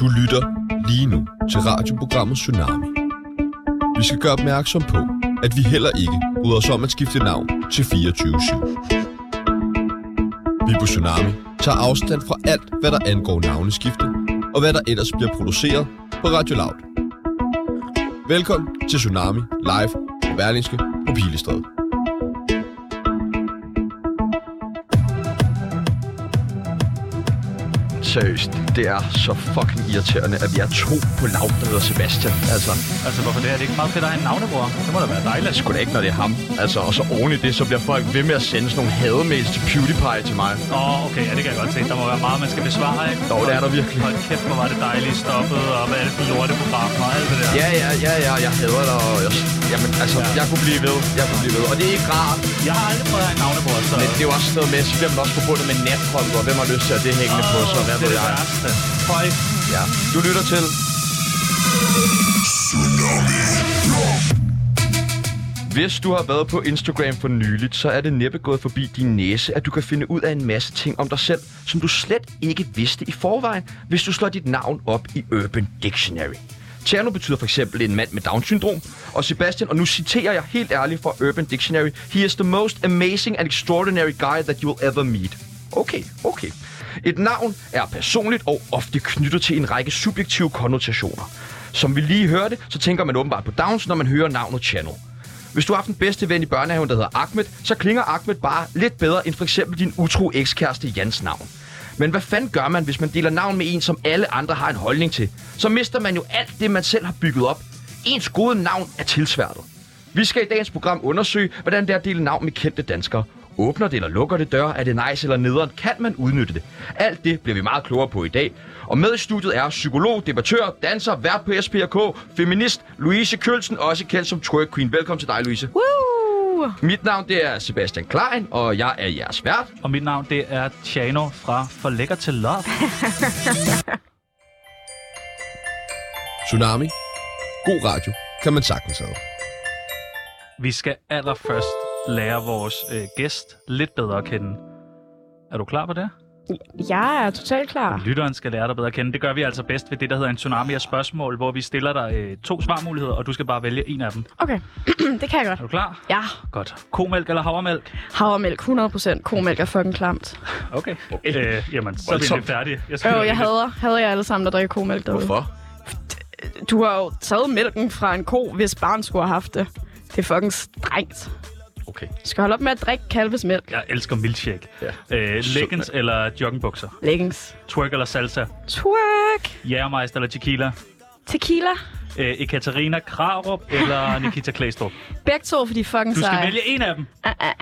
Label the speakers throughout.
Speaker 1: Du lytter lige nu til radioprogrammet Tsunami. Vi skal gøre opmærksom på, at vi heller ikke bryder os om at skifte navn til 24-7. Vi på Tsunami tager afstand fra alt, hvad der angår navneskifte, og hvad der ellers bliver produceret på Radio Loud. Velkommen til Tsunami Live på Berlingske på Pilestræde. Seriøst, det er så fucking irriterende, at vi er to på lav, der hedder Sebastian. Altså,
Speaker 2: Altså, hvorfor det her? Det er ikke meget fedt at have en navnebror. Det må da være
Speaker 1: Det
Speaker 2: dejligt.
Speaker 1: skulle da ikke, når det er ham. Altså, og så oven i det, så bliver folk ved med at sende sådan nogle hademails til PewDiePie til mig.
Speaker 2: Åh, oh, okay, ja, det kan jeg godt se. Der må være meget, man skal besvare, ikke?
Speaker 1: Jo, det er der virkelig.
Speaker 2: Hold kæft, hvor var det dejligt stoppet, og hvad er det for lorteprogram og alt det der.
Speaker 1: Ja, ja, ja, ja, jeg hader dig, og jeg, jamen, altså,
Speaker 2: Ja.
Speaker 1: jeg kunne blive ved, jeg kunne blive ved. Og det er ikke rart,
Speaker 2: Jeg har aldrig prøvet at have en navnebror, så...
Speaker 1: men det er jo også sådan noget med, så bliver man også forbundet med natholdet, og hvem har lyst til at have det hængende på sig, og hvad
Speaker 2: det
Speaker 1: ved
Speaker 2: er det
Speaker 1: jeg.
Speaker 2: værste. Høj.
Speaker 1: Ja. Du lytter til Hvis du har været på Instagram for nyligt, så er det næppe gået forbi din næse, at du kan finde ud af en masse ting om dig selv, som du slet ikke vidste i forvejen, hvis du slår dit navn op i Urban Dictionary. Tjerno betyder for eksempel en mand med Down-syndrom, og Sebastian, og nu citerer jeg helt ærligt fra Urban Dictionary, He is the most amazing and extraordinary guy that you'll ever meet. Okay, okay. Et navn er personligt og ofte knyttet til en række subjektive konnotationer. Som vi lige hørte, så tænker man åbenbart på Downs, når man hører navnet Channel. Hvis du har haft en bedste ven i børnehaven, der hedder Ahmed, så klinger Ahmed bare lidt bedre end for eksempel din utro ekskæreste Jans navn. Men hvad fanden gør man, hvis man deler navn med en, som alle andre har en holdning til? Så mister man jo alt det, man selv har bygget op. Ens gode navn er tilsværtet. Vi skal i dagens program undersøge, hvordan det er at dele navn med kendte danskere. Åbner det eller lukker det døre? Er det nice eller nederen? Kan man udnytte det? Alt det bliver vi meget klogere på i dag. Og med i studiet er psykolog, debattør, danser, vært på SPRK, feminist Louise Kølsen, også kendt som Twerk Queen. Velkommen til dig, Louise.
Speaker 3: Woo!
Speaker 1: Mit navn det er Sebastian Klein, og jeg er jeres vært.
Speaker 2: Og mit navn, det er Tjano fra For Lækker til Love.
Speaker 1: Tsunami. God radio, kan man sagtens have.
Speaker 2: Vi skal allerførst lære vores øh, gæst lidt bedre at kende. Er du klar på det?
Speaker 3: Jeg er totalt klar.
Speaker 2: Lytteren skal lære dig bedre at kende. Det gør vi altså bedst ved det, der hedder en tsunami af spørgsmål, hvor vi stiller dig øh, to svarmuligheder, og du skal bare vælge en af dem.
Speaker 3: Okay, det kan jeg godt.
Speaker 2: Er du klar?
Speaker 3: Ja,
Speaker 2: Godt. Komælk eller havremælk?
Speaker 3: havremælk 100%. Komælk er fucking klamt.
Speaker 2: Okay. okay. Øh, jamen, så er vi
Speaker 1: Voldsomt.
Speaker 2: lidt færdige. Jeg
Speaker 3: Øh, jeg hader, hader jeg alle sammen, der drikker komælk derude. Du har jo taget mælken fra en ko, hvis barn skulle have haft det. Det er fucking strengt.
Speaker 1: Okay.
Speaker 3: Du skal holde op med at drikke kalves mælk.
Speaker 2: Jeg elsker milkshake.
Speaker 1: Ja.
Speaker 2: Øh,
Speaker 1: Sund
Speaker 2: leggings eller joggingbukser?
Speaker 3: Leggings.
Speaker 2: Twerk eller salsa?
Speaker 3: Twerk.
Speaker 2: Jægermeister eller tequila?
Speaker 3: Tequila.
Speaker 2: Øh, Ekaterina Krarup eller Nikita Klæstrup?
Speaker 3: Begge to, fordi fucking
Speaker 2: Du skal
Speaker 3: seje.
Speaker 2: vælge en af dem.
Speaker 3: Ah, ah.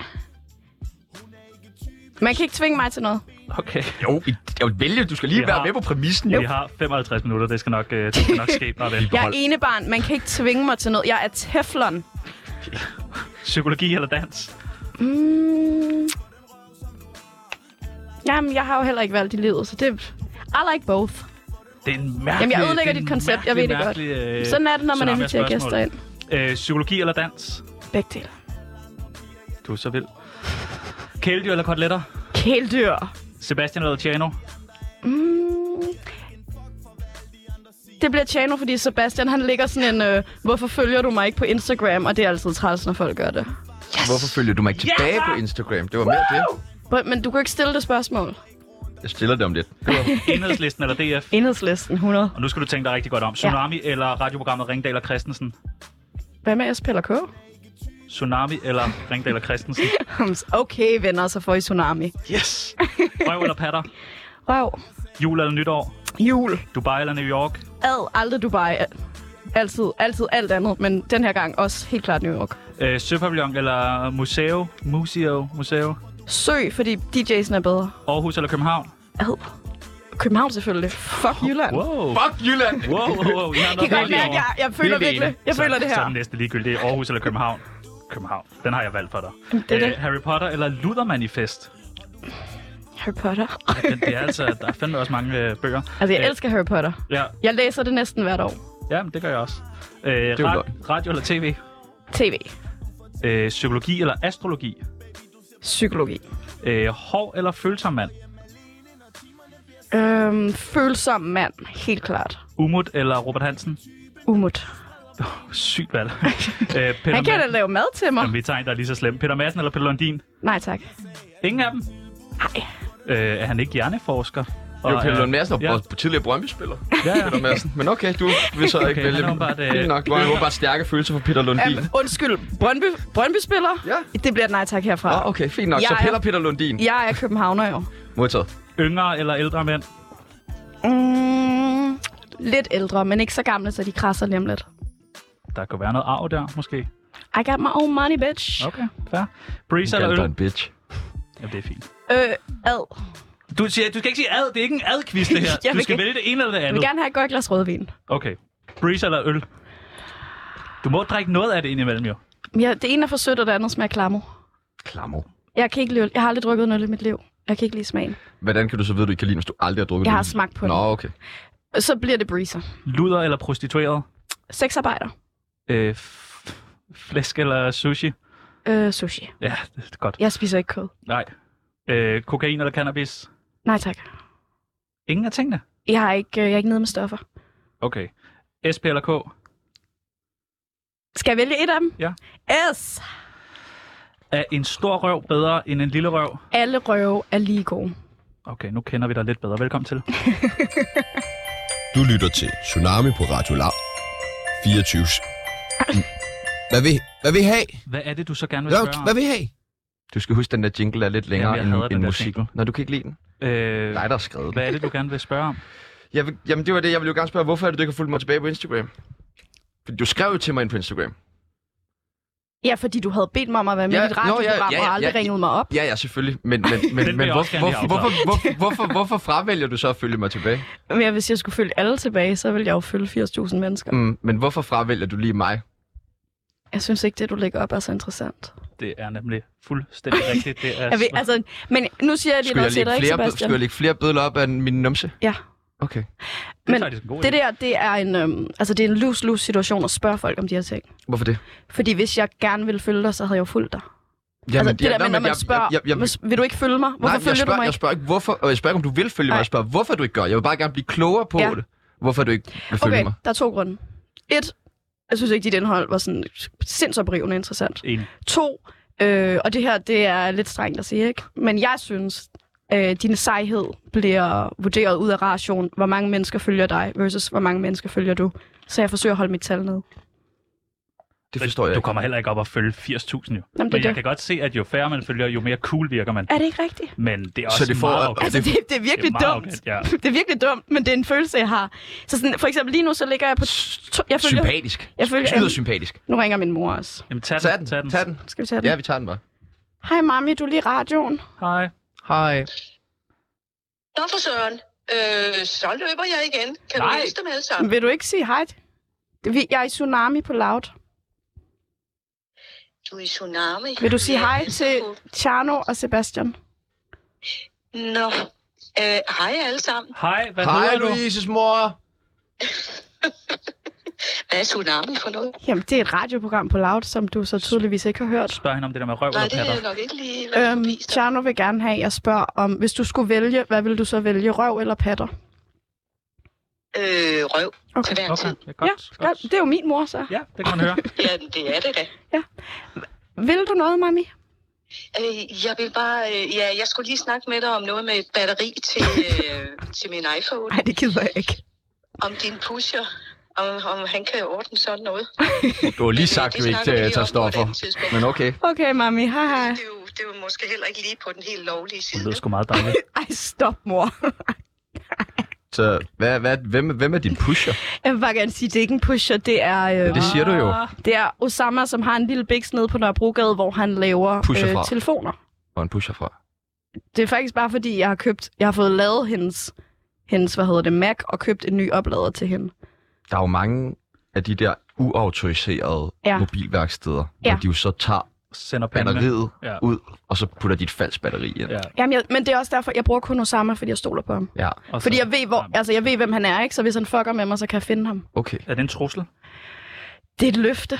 Speaker 3: Man kan ikke tvinge mig til noget.
Speaker 2: Okay.
Speaker 1: Jo, jeg vil vælge. Du skal lige
Speaker 2: Vi
Speaker 1: være
Speaker 2: har-
Speaker 1: med på præmissen.
Speaker 2: Vi
Speaker 1: Jo.
Speaker 2: har 55 minutter. Det skal nok, øh, det skal nok ske. Bare vent.
Speaker 3: Jeg er enebarn. Man kan ikke tvinge mig til noget. Jeg er teflon.
Speaker 2: Psykologi eller dans?
Speaker 3: Mm. Jamen, jeg har jo heller ikke valgt i livet, så det... I like both.
Speaker 2: Det er en mærkelig...
Speaker 3: Jamen, jeg ødelægger
Speaker 2: det er
Speaker 3: dit
Speaker 2: en
Speaker 3: koncept. Jeg ved det godt.
Speaker 2: mærkelig, mærkelig, øh,
Speaker 3: Sådan er det, når man
Speaker 2: tsunami af
Speaker 3: inviterer
Speaker 2: spørgsmål.
Speaker 3: gæster ind.
Speaker 2: Øh, psykologi eller dans?
Speaker 3: Begge dele.
Speaker 2: Du er så vild. Kæledyr eller koteletter?
Speaker 3: Kæledyr.
Speaker 2: Sebastian eller Tjano?
Speaker 3: Mm. Det bliver Tjano, fordi Sebastian, han ligger sådan en, øh, hvorfor følger du mig ikke på Instagram? Og det er altid træls, når folk gør det.
Speaker 1: Hvorfor følger du mig ikke tilbage
Speaker 3: Ja!
Speaker 1: på Instagram? Det var mere det.
Speaker 3: But, men du kan ikke stille det spørgsmål.
Speaker 1: Jeg stiller det om lidt.
Speaker 2: Enhedslisten eller DF?
Speaker 3: Enhedslisten, 100.
Speaker 2: Og nu skal du tænke dig rigtig godt om. Tsunami ja. eller radioprogrammet Ringdal og Christensen?
Speaker 3: Hvad med SP eller K?
Speaker 2: Tsunami eller Ringdal og Christensen?
Speaker 3: Okay, venner, så får I tsunami.
Speaker 2: Yes! Røv eller patter?
Speaker 3: Røv.
Speaker 2: Jul eller nytår?
Speaker 3: Jul.
Speaker 2: Dubai eller New York?
Speaker 3: Ad, aldrig Dubai. Altid, altid alt andet, men den her gang også helt klart New York.
Speaker 2: Øh, Søpavillon eller museo? Museo? Museo?
Speaker 3: Søg, fordi DJ'sen er bedre.
Speaker 2: Aarhus eller København?
Speaker 3: Ad. København selvfølgelig. Fuck Jylland.
Speaker 2: Wow!
Speaker 1: Fuck Jylland!
Speaker 2: Wow, wow, wow. Jeg har
Speaker 3: Det kan
Speaker 2: noget
Speaker 3: godt
Speaker 2: dårligt
Speaker 3: mærke,
Speaker 2: over.
Speaker 3: jeg, jeg føler
Speaker 1: Det er det
Speaker 3: virkelig, jeg
Speaker 2: Så-
Speaker 3: føler det
Speaker 2: Så
Speaker 3: her.
Speaker 2: er det næste ligegyldigt. Det er Aarhus eller København? København. Den har jeg valgt for dig.
Speaker 3: det er
Speaker 2: Øh,
Speaker 3: det.
Speaker 2: Harry Potter eller Ludermanifest?
Speaker 3: Harry Potter.
Speaker 2: Ja, det, det er altså, der er fandme også mange øh, bøger.
Speaker 3: Altså, jeg
Speaker 2: Øh,
Speaker 3: elsker Harry Potter.
Speaker 2: Ja,
Speaker 3: Jeg læser det næsten hvert år.
Speaker 2: ja men det gør jeg også. Øh,
Speaker 1: jo
Speaker 2: ra-
Speaker 1: løgn.
Speaker 2: radio eller tv?
Speaker 3: TV.
Speaker 2: Øh, psykologi eller astrologi?
Speaker 3: Psykologi.
Speaker 2: Øh, hård eller følsom mand?
Speaker 3: Øhm, følsom mand, helt klart.
Speaker 2: Umut eller Robert Hansen?
Speaker 3: Umut.
Speaker 2: Sygt valg. Øh, Peter
Speaker 3: Han kan da
Speaker 2: Madsen-
Speaker 3: lave mad til mig.
Speaker 2: Jamen, vi tager en, der er lige så slem. Peter Madsen eller Peter Lundin?
Speaker 3: Nej tak.
Speaker 2: Ingen af dem.
Speaker 3: Nej.
Speaker 2: Øh, er han ikke hjerneforsker?
Speaker 1: Jo, Pelle
Speaker 2: er-
Speaker 1: Lund Madsen er
Speaker 2: øh, ja.
Speaker 1: ja. tidligere Brøndby-spiller,
Speaker 2: Ja, ja.
Speaker 1: Peter Madsen. Men okay, du vil så ikke
Speaker 2: Okay,
Speaker 1: vælge
Speaker 2: han er
Speaker 1: dem.
Speaker 2: åbenbart, øh,
Speaker 1: Fint nok, du har jo bare stærke følelser for Peter Lundin.
Speaker 3: Øhm, undskyld, Brøndby, Brøndby-spiller?
Speaker 1: Ja.
Speaker 3: Det bliver et nej tak herfra.
Speaker 1: Ah, okay, fint nok. Så
Speaker 3: Jeg er-
Speaker 1: Pelle og Peter Lundin.
Speaker 3: Jeg er københavner jo.
Speaker 1: Modtaget.
Speaker 2: Yngre eller ældre mænd?
Speaker 3: Mm, lidt ældre, men ikke så gamle, så de krasser nem lidt.
Speaker 2: Der kunne være noget arv der, måske.
Speaker 3: I got my own money, bitch.
Speaker 2: Okay, fair. Breeze eller øl?
Speaker 1: bitch.
Speaker 2: Jamen, det er fint.
Speaker 3: Øh, ad.
Speaker 2: Du, siger, du skal ikke sige ad. Det er ikke en ad-quiz, det her.
Speaker 3: Jeg
Speaker 2: du
Speaker 3: vil
Speaker 2: skal
Speaker 3: ikke-
Speaker 2: vælge det ene eller det
Speaker 3: Jeg vil
Speaker 2: andet.
Speaker 3: gerne have et godt glas rødvin.
Speaker 2: Okay. Breeze eller øl? Du må drikke noget af det indimellem, jo.
Speaker 3: Men Jeg, det ene er for sødt, og det andet smager klammer.
Speaker 1: Klammer.
Speaker 3: Jeg, kan ikke lide, øl. jeg har aldrig drukket en øl i mit liv. Jeg kan ikke lide smagen.
Speaker 1: Hvordan kan du så vide, at du ikke kan lide, hvis du aldrig har drukket
Speaker 3: Jeg
Speaker 1: det?
Speaker 3: har smagt på
Speaker 1: Nå,
Speaker 3: den.
Speaker 1: okay.
Speaker 3: Så bliver det breezer.
Speaker 2: Luder eller prostitueret?
Speaker 3: Sexarbejder.
Speaker 2: Øh, f- flæsk eller sushi?
Speaker 3: Øh, sushi.
Speaker 2: Ja, det er godt.
Speaker 3: Jeg spiser ikke kød.
Speaker 2: Nej. Øh, kokain eller cannabis?
Speaker 3: Nej tak.
Speaker 2: Ingen af tingene.
Speaker 3: Jeg er ikke, øh, jeg er ikke nede med stoffer.
Speaker 2: Okay. SP eller K?
Speaker 3: Skal jeg vælge et af dem?
Speaker 2: Ja.
Speaker 3: S.
Speaker 2: Er en stor røv bedre end en lille røv?
Speaker 3: Alle røve er lige gode.
Speaker 2: Okay, nu kender vi dig lidt bedre. Velkommen til.
Speaker 4: Du lytter til Tsunami på Radio Loud 24. Mm. Hvad vil, hvad vil I have?
Speaker 2: Hvad er det, du så gerne vil
Speaker 4: Hvad,
Speaker 2: spørge om?
Speaker 4: hvad vil I have?
Speaker 1: Du skal huske, den der jingle er lidt længere
Speaker 2: jeg
Speaker 1: Jamen,
Speaker 2: hader
Speaker 1: end,
Speaker 2: den
Speaker 1: end
Speaker 2: der
Speaker 1: musikken.
Speaker 2: jingle.
Speaker 1: Når du kan ikke lide den.
Speaker 2: Øh,
Speaker 1: Nej, der er skrevet den.
Speaker 2: hvad er det, du gerne vil spørge om?
Speaker 1: Jeg vil, jamen, det var det. Jeg ville jo gerne spørge, hvorfor er det, du ikke har fulgt mig tilbage på Instagram? Fordi du skrev jo til mig ind på Instagram.
Speaker 3: Ja, fordi du havde bedt mig om at være med
Speaker 1: Ja,
Speaker 3: i dit
Speaker 1: nå, ja,
Speaker 3: radioprogram,
Speaker 1: ja,
Speaker 3: ja,
Speaker 1: ja,
Speaker 3: og aldrig
Speaker 1: ja.
Speaker 3: ringede mig op.
Speaker 1: Ja, ja, selvfølgelig. Men, men, men,
Speaker 2: vil
Speaker 1: men
Speaker 2: jeg også
Speaker 1: hvorfor,
Speaker 2: gerne lige
Speaker 1: hvorfor, hvorfor, hvorfor, hvorfor, hvorfor fravælger du så at følge mig tilbage?
Speaker 3: Men jeg- hvis jeg skulle følge alle tilbage, så ville jeg jo følge 80.000 mennesker.
Speaker 1: Mm, men hvorfor fravælger du lige mig?
Speaker 3: Jeg synes ikke, det du lægger op er så interessant.
Speaker 2: Det er nemlig fuldstændig rigtigt. Det er
Speaker 3: Jeg ved,
Speaker 2: svært.
Speaker 3: altså, men nu siger jeg lige
Speaker 1: Skulle jeg
Speaker 3: noget til
Speaker 1: lægge
Speaker 3: dig, ikke,
Speaker 1: flere, bød- skulle jeg
Speaker 3: Sebastian?
Speaker 1: lægge flere bødler op af min numse?
Speaker 3: Ja.
Speaker 1: Okay.
Speaker 2: det er
Speaker 3: men
Speaker 2: faktisk en god
Speaker 3: Det
Speaker 2: idé.
Speaker 3: der, det er en, øhm, altså, det er en lose-lose situation at spørge folk om de her ting.
Speaker 1: Hvorfor det?
Speaker 3: Fordi hvis jeg gerne ville følge dig, så havde jeg jo fulgt dig.
Speaker 1: Jamen,
Speaker 3: altså, det
Speaker 1: ja,
Speaker 3: der
Speaker 1: nå,
Speaker 3: med, når
Speaker 1: men
Speaker 3: man
Speaker 1: jeg-
Speaker 3: spørger,
Speaker 1: jeg- jeg-
Speaker 3: "Hvis- vil du ikke følge mig? Hvorfor
Speaker 1: Nej,
Speaker 3: følger
Speaker 1: jeg
Speaker 3: du
Speaker 1: spørger,
Speaker 3: mig
Speaker 1: jeg
Speaker 3: ikke?
Speaker 1: spørger ikke, hvorfor, og jeg spørger ikke, om du vil følge mig.
Speaker 3: Nej.
Speaker 1: Jeg spørger, hvorfor du ikke gør. Jeg vil bare gerne blive klogere på
Speaker 3: Ja.
Speaker 1: det. Hvorfor du ikke vil følge
Speaker 3: Okay,
Speaker 1: mig.
Speaker 3: der er to grunde. Et, jeg synes ikke, dit indhold var sådan sindsoprivende interessant.
Speaker 2: Enig.
Speaker 3: To, øh, og det her, det er lidt strengt at sige, ikke? Men jeg synes, øh, din sejhed bliver vurderet ud af ration, hvor mange mennesker følger dig, versus hvor mange mennesker følger du. Så jeg forsøger at holde mit tal ned.
Speaker 1: Det forstår jeg
Speaker 2: Du
Speaker 1: ikke.
Speaker 2: kommer heller ikke op og følge 80.000 jo.
Speaker 3: Jamen, det
Speaker 2: Men
Speaker 3: er
Speaker 2: jeg
Speaker 3: det.
Speaker 2: kan godt se, at jo færre man følger, jo mere cool virker man.
Speaker 3: Er det ikke rigtigt?
Speaker 2: Men det er
Speaker 1: Så
Speaker 2: også
Speaker 1: det får-
Speaker 2: meget
Speaker 1: og-
Speaker 2: okay.
Speaker 1: Altså,
Speaker 3: Altså, det, det er virkelig
Speaker 2: det er meget
Speaker 3: dumt.
Speaker 2: arrogant, ja.
Speaker 3: Det er virkelig dumt, men det er en følelse, jeg har. Så sådan, for eksempel lige nu, så ligger jeg på... To, jeg følger,
Speaker 1: Sympatisk.
Speaker 3: Jeg følger-
Speaker 1: Skyder sympatisk.
Speaker 3: Nu ringer min mor også.
Speaker 2: Jamen, tag,
Speaker 1: Tag den,
Speaker 2: Altså, tag den.
Speaker 1: tag den.
Speaker 3: Skal vi tage den?
Speaker 1: Ja, vi tager den bare.
Speaker 3: Hej, mami, du er lige i radioen.
Speaker 2: Hej.
Speaker 1: Hej.
Speaker 5: Nå for søren, øh, så løber jeg igen. Kan
Speaker 2: Nej.
Speaker 5: du hilse dem alle sammen?
Speaker 3: Vil du ikke sige hej? Det- vi- Jeg er i Tsunami på Loud.
Speaker 5: Du er i tsunami.
Speaker 3: Vil du sige
Speaker 5: Ja,
Speaker 3: hej
Speaker 5: altså,
Speaker 3: til
Speaker 5: du-
Speaker 3: Tjerno og Sebastian?
Speaker 5: Nå, øh, hej alle sammen.
Speaker 2: Hej, hvad
Speaker 1: Hej,
Speaker 2: hedder du?
Speaker 1: Louises mor.
Speaker 5: Hvad er tsunami for noget?
Speaker 3: Jamen, det er et radioprogram på Loud, som du så tydeligvis ikke har hørt.
Speaker 2: Spørg hende om det der med røv
Speaker 5: Nej,
Speaker 2: eller
Speaker 5: det er
Speaker 2: patter.
Speaker 5: jeg nok ikke lige været
Speaker 3: Øhm,
Speaker 5: forbi. så.
Speaker 3: Tjerno vil gerne have, at jeg spørger om, hvis du skulle vælge, hvad vil du så vælge, røv eller patter?
Speaker 5: Øh, røv
Speaker 3: Okay.
Speaker 5: til hver
Speaker 2: Okay,
Speaker 5: tid.
Speaker 2: det er
Speaker 3: Ja,
Speaker 2: godt.
Speaker 3: godt.
Speaker 2: godt.
Speaker 3: det er jo min mor, så.
Speaker 2: Ja, det kan man høre.
Speaker 5: Ja, det er det da.
Speaker 3: Vil du noget, mami?
Speaker 5: Øh, jeg vil bare, øh, ja, jeg skulle lige snakke med dig om noget med et batteri til, øh, til min iPhone.
Speaker 3: det gider jeg ikke.
Speaker 5: Om din pusher. Om, om han kan ordne sådan noget.
Speaker 1: Du har lige sagt,
Speaker 5: Det
Speaker 1: du ikke
Speaker 5: snakker vi
Speaker 1: øh,
Speaker 5: lige
Speaker 1: tager
Speaker 5: om på et
Speaker 1: stoffer.
Speaker 5: andet tidspunkt.
Speaker 1: Men okay.
Speaker 3: Okay, mami, hej hej.
Speaker 5: Det er, jo, det er jo måske heller ikke lige på den helt lovlige
Speaker 2: Det
Speaker 5: side.
Speaker 2: lyder sgu meget dejligt.
Speaker 3: Ej, stop, mor.
Speaker 1: Så hvad, hvad, hvem, hvem er din pusher?
Speaker 3: Jeg vil bare gerne sige, det er ikke en pusher, det er... Øh,
Speaker 1: Det siger du jo.
Speaker 3: Det er Osama, som har en lille biks nede på Nørrebrogade, hvor han laver øh,
Speaker 1: Pusher fra.
Speaker 3: telefoner.
Speaker 1: Hvor er en pusher fra?
Speaker 3: Det er faktisk bare fordi, jeg har købt, jeg har fået lavet hendes, hendes hvad hedder det, Mac, og købt en ny oplader til hende.
Speaker 1: Der er jo mange af de der uautoriserede
Speaker 3: Ja.
Speaker 1: ja. mobilværksteder,
Speaker 3: Ja.
Speaker 1: hvor de jo så tager
Speaker 2: Sender panden.
Speaker 1: batteriet
Speaker 2: Ja.
Speaker 1: ud, og så putter de et falsk batteri ind.
Speaker 2: Ja,
Speaker 3: Jamen, jeg, men det er også derfor, jeg bruger kun Osama, fordi jeg stoler på ham.
Speaker 1: ja.
Speaker 2: og så-
Speaker 3: Fordi jeg ved, hvor, altså, jeg ved, hvem han er, ikke? Så hvis han fucker med mig, så kan jeg finde ham.
Speaker 1: Okay.
Speaker 2: Er det en trussel?
Speaker 3: Det er et løfte.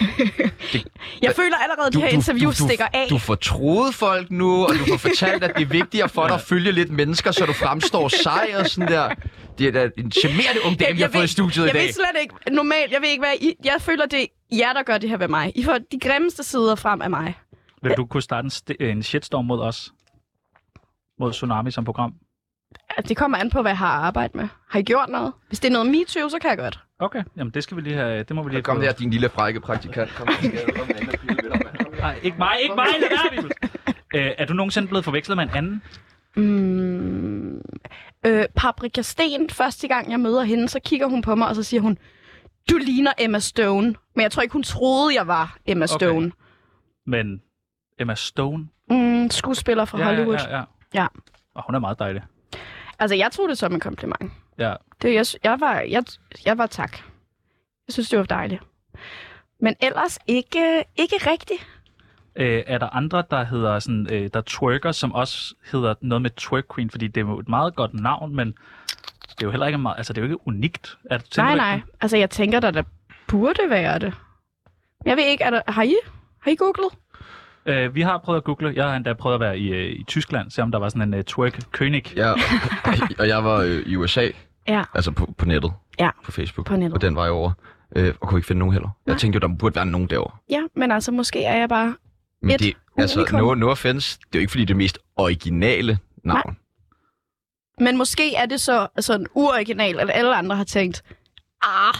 Speaker 3: jeg føler allerede, at det her interview stikker af.
Speaker 1: Du får troet folk nu, og du får fortalt, at det er vigtigere for dig at følge lidt mennesker, så du fremstår sej og sådan der. Det er da en charmerende ung dame, jeg, jeg har
Speaker 3: ved-
Speaker 1: fået i studiet i
Speaker 3: jeg
Speaker 1: dag.
Speaker 3: ved slet ikke, normalt, jeg ved ikke, hvad I, jeg føler, det er jer, der gør det her ved mig. I får de grimmeste sider frem af mig.
Speaker 2: Vil du kunne starte en, st- en shitstorm mod os? Mod Tsunami som program?
Speaker 3: Altså, det kommer an på, hvad jeg har arbejdet med. Har I gjort noget? Hvis det er noget MeToo, så kan jeg godt.
Speaker 2: Okay, jamen det skal vi lige have. Det må vi lige have
Speaker 1: Kom
Speaker 2: prøvet.
Speaker 1: der, din lille frække praktikant. Kom
Speaker 2: Nej, ikke mig, ikke mig, lad være, Bibel. Øh, er du nogensinde blevet forvekslet med en anden?
Speaker 3: Mm. Øh, Paprika Sten, første gang jeg møder hende, så kigger hun på mig, og så siger hun, du ligner Emma Stone. Men jeg tror ikke, hun troede, jeg var Emma
Speaker 2: Okay.
Speaker 3: Stone.
Speaker 2: Men Emma Stone?
Speaker 3: Mm, skuespiller fra Hollywood.
Speaker 2: Ja, ja, ja.
Speaker 3: Ja.
Speaker 2: Og hun er meget dejlig.
Speaker 3: Altså, jeg tog det som en kompliment.
Speaker 2: Ja.
Speaker 3: Det, jeg, jeg, var, jeg, jeg var tak. Jeg synes, det var dejligt. Men ellers ikke, ikke rigtigt.
Speaker 2: Øh, er der andre, der hedder sådan, øh, der twerker, som også hedder noget med twerk queen, fordi det er jo et meget godt navn, men det er jo heller ikke meget, altså det er jo ikke unikt. Er, tænker du
Speaker 3: Nej,
Speaker 2: ikke
Speaker 3: nej. Altså, jeg tænker, der, der burde være det. Jeg ved ikke, er der, har I? Har I googlet?
Speaker 2: det? Øh, vi har prøvet at google, jeg har endda prøvet at være i, øh, i Tyskland, se om der var sådan en øh, twerk könig.
Speaker 6: Ja.
Speaker 1: og jeg var øh, i USA,
Speaker 3: Ja.
Speaker 1: altså på, på nettet,
Speaker 3: Ja.
Speaker 1: på Facebook,
Speaker 3: På nettet.
Speaker 1: og den var jeg over, øh, og kunne ikke finde nogen heller.
Speaker 3: Nej.
Speaker 1: Jeg tænkte jo, der burde være nogen derovre.
Speaker 3: Ja, men altså, måske er jeg bare...
Speaker 1: Men
Speaker 3: Et
Speaker 1: det, altså,
Speaker 3: unikum.
Speaker 1: no, no offense, det er jo ikke, fordi det er mest originale navn. Nej.
Speaker 3: Men måske er det så sådan uoriginal, at alle andre har tænkt, ah,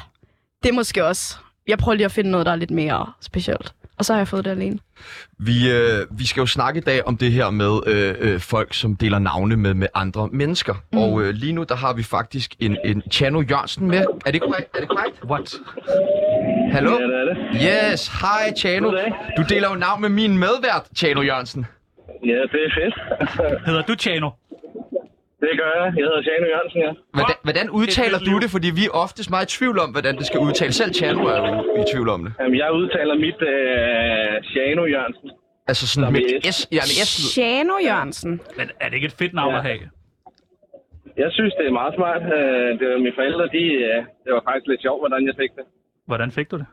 Speaker 3: det er måske også... Jeg prøver lige at finde noget, der er lidt mere specielt. Og så har jeg fået det alene.
Speaker 1: Vi, øh, vi skal jo snakke i dag om det her med øh, øh, folk, som deler navne med, med andre mennesker. Mm. Og øh, lige nu, der har vi faktisk en, en Chano Jørgensen med. Er det korrekt? Er det korrekt?
Speaker 2: What?
Speaker 1: Hallo?
Speaker 7: Ja, det er det.
Speaker 1: Yes, hej Chano.
Speaker 7: Goddag.
Speaker 1: Du deler jo navn med min medvært, Chano Jørgensen.
Speaker 7: Ja, det er fedt.
Speaker 2: Hedder du Chano?
Speaker 7: Det gør jeg. Jeg hedder Sjano Jørgensen, ja.
Speaker 1: Hvordan, hvordan udtaler
Speaker 2: fedt liv.
Speaker 1: du det? Fordi vi er oftest meget i tvivl om, hvordan det skal udtales. Selv Chano er jo i tvivl om det.
Speaker 7: Jamen, jeg udtaler mit øh, Sjano Jørgensen.
Speaker 1: Altså sådan med
Speaker 7: med
Speaker 1: et S. Ja, med S.
Speaker 3: Shano Jørgensen.
Speaker 2: Men er det ikke et fedt navn
Speaker 7: Ja.
Speaker 2: at have?
Speaker 7: Jeg synes, det er meget smart. Øh, det var mine forældre, de, øh, det var faktisk lidt sjovt, hvordan jeg fik det.
Speaker 2: Hvordan fik du det?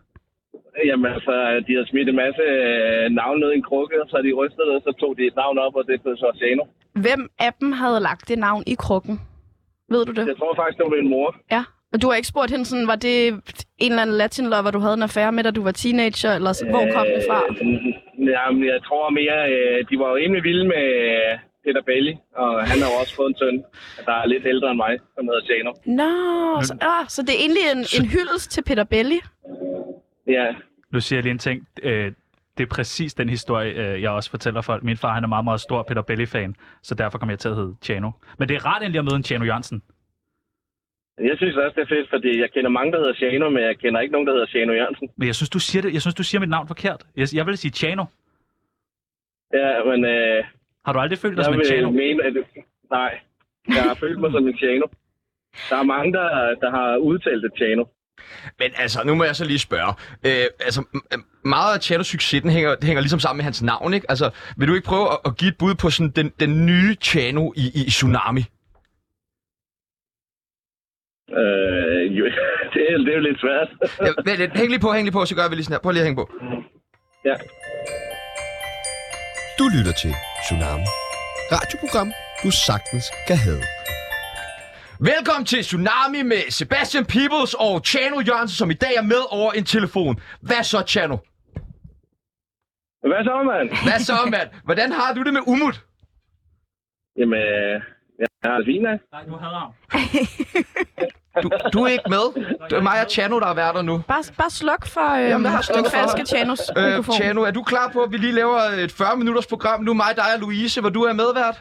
Speaker 7: Jamen altså, de havde smidt en masse øh, navn ned i en krukke, og så de rystede, og så tog de et navn op, og det blev så Sjano.
Speaker 3: Hvem af dem havde lagt det navn i krukken? Ved du det?
Speaker 7: Jeg tror faktisk, det var min mor.
Speaker 3: Ja. Og du har ikke spurgt hende sådan, var det en eller anden latin lover, du havde en affære med, da du var teenager, eller så, hvor kom det fra?
Speaker 7: Øh, jamen, jeg tror mere, øh, de var jo rimelig vilde med øh, Peter Belli, og han har jo også fået en søn, der er lidt ældre end mig, som hedder Sjano.
Speaker 3: Nå, så, ah, så det er egentlig en, en hyldest til Peter Belli.
Speaker 7: Ja,
Speaker 2: Nu siger jeg lige en ting. Øh, det er præcis den historie, øh, jeg også fortæller folk. Min far han er meget, meget stor Peter Belli-fan, så derfor kom jeg til at hedde Chano. Men det er rart endelig at møde en Chano Jørgensen.
Speaker 7: Jeg synes også, det er fedt, fordi jeg kender mange, der hedder Shano, men jeg kender ikke nogen, der hedder Shano Jørgensen.
Speaker 2: Men jeg synes, du siger, det. Jeg synes, du siger mit navn forkert. Jeg, jeg vil sige Chano.
Speaker 7: Ja, men øh,
Speaker 2: Har du aldrig følt dig
Speaker 7: jeg
Speaker 2: som en Chano?
Speaker 7: vil mene, at... Nej, jeg har følt mig som en Shano. Der er mange, der, der har udtalt et Shano.
Speaker 1: Men altså, nu må jeg så lige spørge. Øh, altså, m- m- meget af Chatos succes, den hænger, den hænger ligesom sammen med hans navn, ikke? Altså, vil du ikke prøve at, at give et bud på sådan den, den nye Chano i, i Tsunami?
Speaker 7: Øh, jo, det, er- det er jo lidt svært.
Speaker 1: Ja, vent lidt. Hæng lige på, hæng lige på, så gør vi lige sådan her. Prøv lige at hænge på.
Speaker 7: ja.
Speaker 6: Du lytter til Tsunami. Radioprogram, du sagtens kan have.
Speaker 1: Velkommen til Tsunami med Sebastian Peebles og Chano Jørgensen, som i dag er med over en telefon. Hvad så, Chano?
Speaker 7: Hvad så, mand?
Speaker 1: Hvad så, mand? Hvordan har du det med Umut?
Speaker 7: Jamen, øh, jeg har det fint, af.
Speaker 2: Nej, du havde ham.
Speaker 1: Du, du er ikke med. Det er mig og Chano, der er værter nu.
Speaker 3: Bare, bare sluk for øh,
Speaker 1: Jamen, jeg har
Speaker 3: den
Speaker 1: slukket for-
Speaker 3: falske Chanos
Speaker 1: Øh,
Speaker 3: mikrofon.
Speaker 1: Chano, er du klar på, at vi lige laver et 40-minutters program nu? Mig, dig og Louise, hvor du er medvært?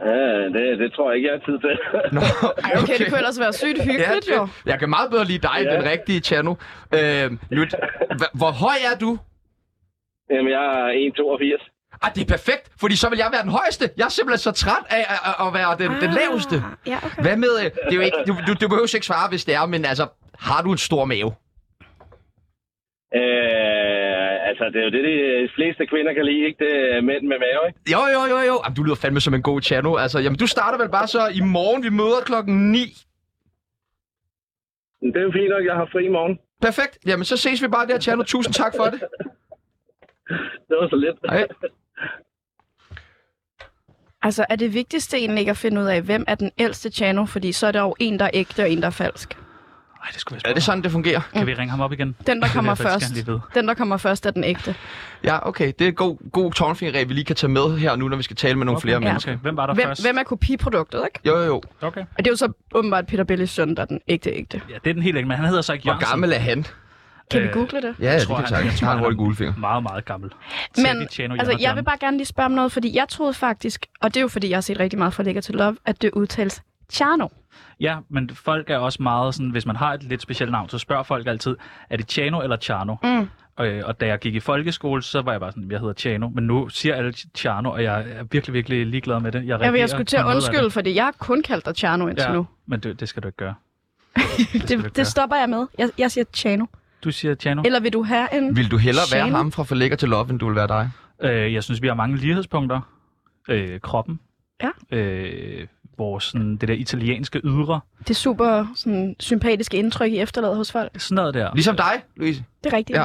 Speaker 7: Ja, det, det tror jeg ikke, jeg har tid til.
Speaker 1: Nå,
Speaker 3: Ej, okay, det kunne ellers være sygt hyggeligt,
Speaker 1: Ja,
Speaker 3: jo.
Speaker 1: det- Jeg kan meget bedre lide dig, ja.
Speaker 7: Ja.
Speaker 1: den rigtige Chano. Øh, nu, hva- hvor høj er du?
Speaker 7: Jamen, jeg er 1,82.
Speaker 1: Ah, det er perfekt, fordi så vil jeg være den højeste. Jeg er simpelthen så træt af at, at- at være den, ah. den laveste.
Speaker 3: Ja, okay.
Speaker 1: Hvad med, øh, det er jo ikke, du, du, du behøver ikke svare, hvis det er, men altså, har du en stor mave?
Speaker 7: Øh, altså, det er jo det, de fleste kvinder kan lide, ikke? Det er mænd med mave, ikke?
Speaker 1: Jo, jo, jo, jo. Jamen, du lyder fandme som en god Chano. Altså, jamen, du starter vel bare så i morgen, vi møder klokken 9.
Speaker 7: Men Det er jo fint nok, jeg har fri i morgen.
Speaker 1: Perfekt. Jamen, så ses vi bare der, Tjerno. Tusind tak for det.
Speaker 8: Det var så lidt.
Speaker 1: Hej.
Speaker 3: Altså, er det vigtigste egentlig ikke at finde ud af, hvem er den ældste Chano? Fordi så er der jo en, der er ægte, og en, der er falsk.
Speaker 2: Nej, det skulle være
Speaker 1: Er det sådan, det fungerer?
Speaker 2: Kan vi ringe ham op igen?
Speaker 3: Den, der
Speaker 2: Det
Speaker 3: kommer
Speaker 2: vil jeg faktisk
Speaker 3: først.
Speaker 2: gerne lige vide.
Speaker 3: Den, der kommer først, er den ægte.
Speaker 1: Ja, okay. Det er en god, god tårnfingerregel, vi lige kan tage med her nu, når vi skal tale med nogle flere
Speaker 2: okay.
Speaker 1: mennesker.
Speaker 2: Okay. Hvem var der
Speaker 3: Hvem,
Speaker 2: først?
Speaker 3: hvem er kopiproduktet, ikke?
Speaker 1: Jo, jo, jo.
Speaker 2: Okay.
Speaker 3: Og det er jo så åbenbart Peter Billys søn, der er den ægte ægte.
Speaker 2: Ja, det er den helt ikke, men han hedder så ikke
Speaker 1: Hvor
Speaker 2: Jørgensen.
Speaker 1: gammel er han?
Speaker 3: Kan øh, vi
Speaker 2: Øh,
Speaker 3: google det?
Speaker 1: Ja, det
Speaker 2: tror,
Speaker 1: kan
Speaker 2: han-
Speaker 1: sagtens.
Speaker 2: jeg
Speaker 1: Han
Speaker 2: tror,
Speaker 1: har en
Speaker 2: han er-
Speaker 1: hurtig gulefinger.
Speaker 2: Meget, meget gammel.
Speaker 3: Men, altså, jeg vil bare gerne lige spørge om noget, fordi jeg troede faktisk, og det er jo fordi, jeg har set rigtig meget fra Lækker til Love, at det udtales Tjerno.
Speaker 2: Ja, men folk er også meget sådan, hvis man har et lidt specielt navn, så spørger folk altid, er det Chano eller Chano?
Speaker 3: Mm.
Speaker 2: Øh, og da jeg gik i folkeskole, så var jeg bare sådan, jeg hedder Chano, men nu siger alle Chano, og jeg er virkelig, virkelig ligeglad med det. Jeg,
Speaker 3: Jeg vil
Speaker 2: reagerer
Speaker 3: jeg skulle til at
Speaker 2: på noget af
Speaker 3: undskylde, fordi jeg har kun kaldt dig Tjerno
Speaker 2: det.
Speaker 3: indtil
Speaker 2: Ja,
Speaker 3: nu.
Speaker 2: men det, det skal du ikke gøre. du
Speaker 3: Det,
Speaker 2: ikke gøre.
Speaker 3: det stopper jeg med. Jeg, jeg siger Tjerno.
Speaker 2: Du siger Chano.
Speaker 3: Eller vil du have en...
Speaker 1: Vil du hellere være
Speaker 3: Shane?
Speaker 1: ham fra for lækker til love, end du vil være dig?
Speaker 2: Øh, jeg synes, vi har mange lighedspunkter. Øh, kroppen.
Speaker 3: Ja.
Speaker 2: Øh, vores sådan, det der italienske ydre.
Speaker 3: Det super sådan, sympatiske indtryk, I efterlader hos folk.
Speaker 2: Sådan noget der.
Speaker 1: Ligesom dig, Louise.
Speaker 3: Det er rigtigt.
Speaker 1: Ja.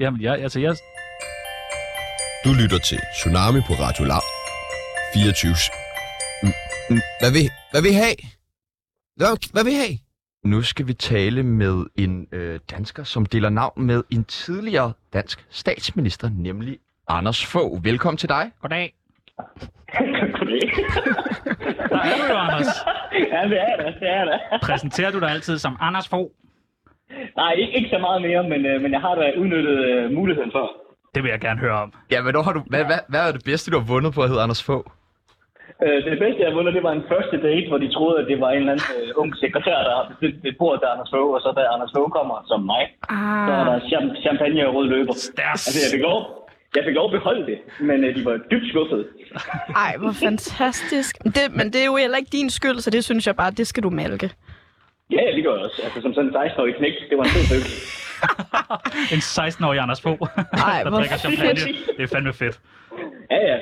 Speaker 2: Jamen, jeg, altså, jeg,
Speaker 4: Du lytter til Tsunami på Radio Loud. 24. Mm, mm. Hvad vil, hvad vil I have? Hvad, hvad vil I have?
Speaker 1: Nu skal vi tale med en øh, dansker, som deler navn med en tidligere dansk statsminister, nemlig Anders Fogh. Velkommen til dig.
Speaker 2: goddag.
Speaker 8: Goddag.
Speaker 2: Der er du jo, Anders.
Speaker 8: Ja, det er det. det, er det.
Speaker 2: Præsenterer du dig altid som Anders Fogh?
Speaker 8: Nej, ikke, ikke så meget mere, men, øh, men jeg har da udnyttet øh, muligheden for.
Speaker 2: Det vil jeg gerne høre om.
Speaker 1: Ja, men har du, hvad, hvad, hvad er det bedste, du har vundet på at hedde Anders Fogh?
Speaker 8: Øh, det bedste, jeg har vundet, det var en første date, hvor de troede, at det var en eller anden øh, ung sekretær, der har bestilt et bord til Anders Fogh, og så da Anders Fogh kommer som mig, så er der
Speaker 3: Ah,
Speaker 8: cham- champagne og rød løber. Altså, jeg
Speaker 2: Stærkt.
Speaker 8: fik lov, jeg fik lov at beholde det, men øh, de var dybt skuffede.
Speaker 3: ej, hvor fantastisk. Det, men det er jo heller ikke din skyld, så det synes jeg bare, det skal du malke.
Speaker 8: Ja, det gør jeg også. Altså, som sådan en 16-årig knæk, det var en fed følelse.
Speaker 2: En 16-årig Anders Fogh,
Speaker 3: Ej,
Speaker 2: der
Speaker 3: hvor
Speaker 2: drikker champagne. Det er fandme fedt.
Speaker 8: Ja, ja.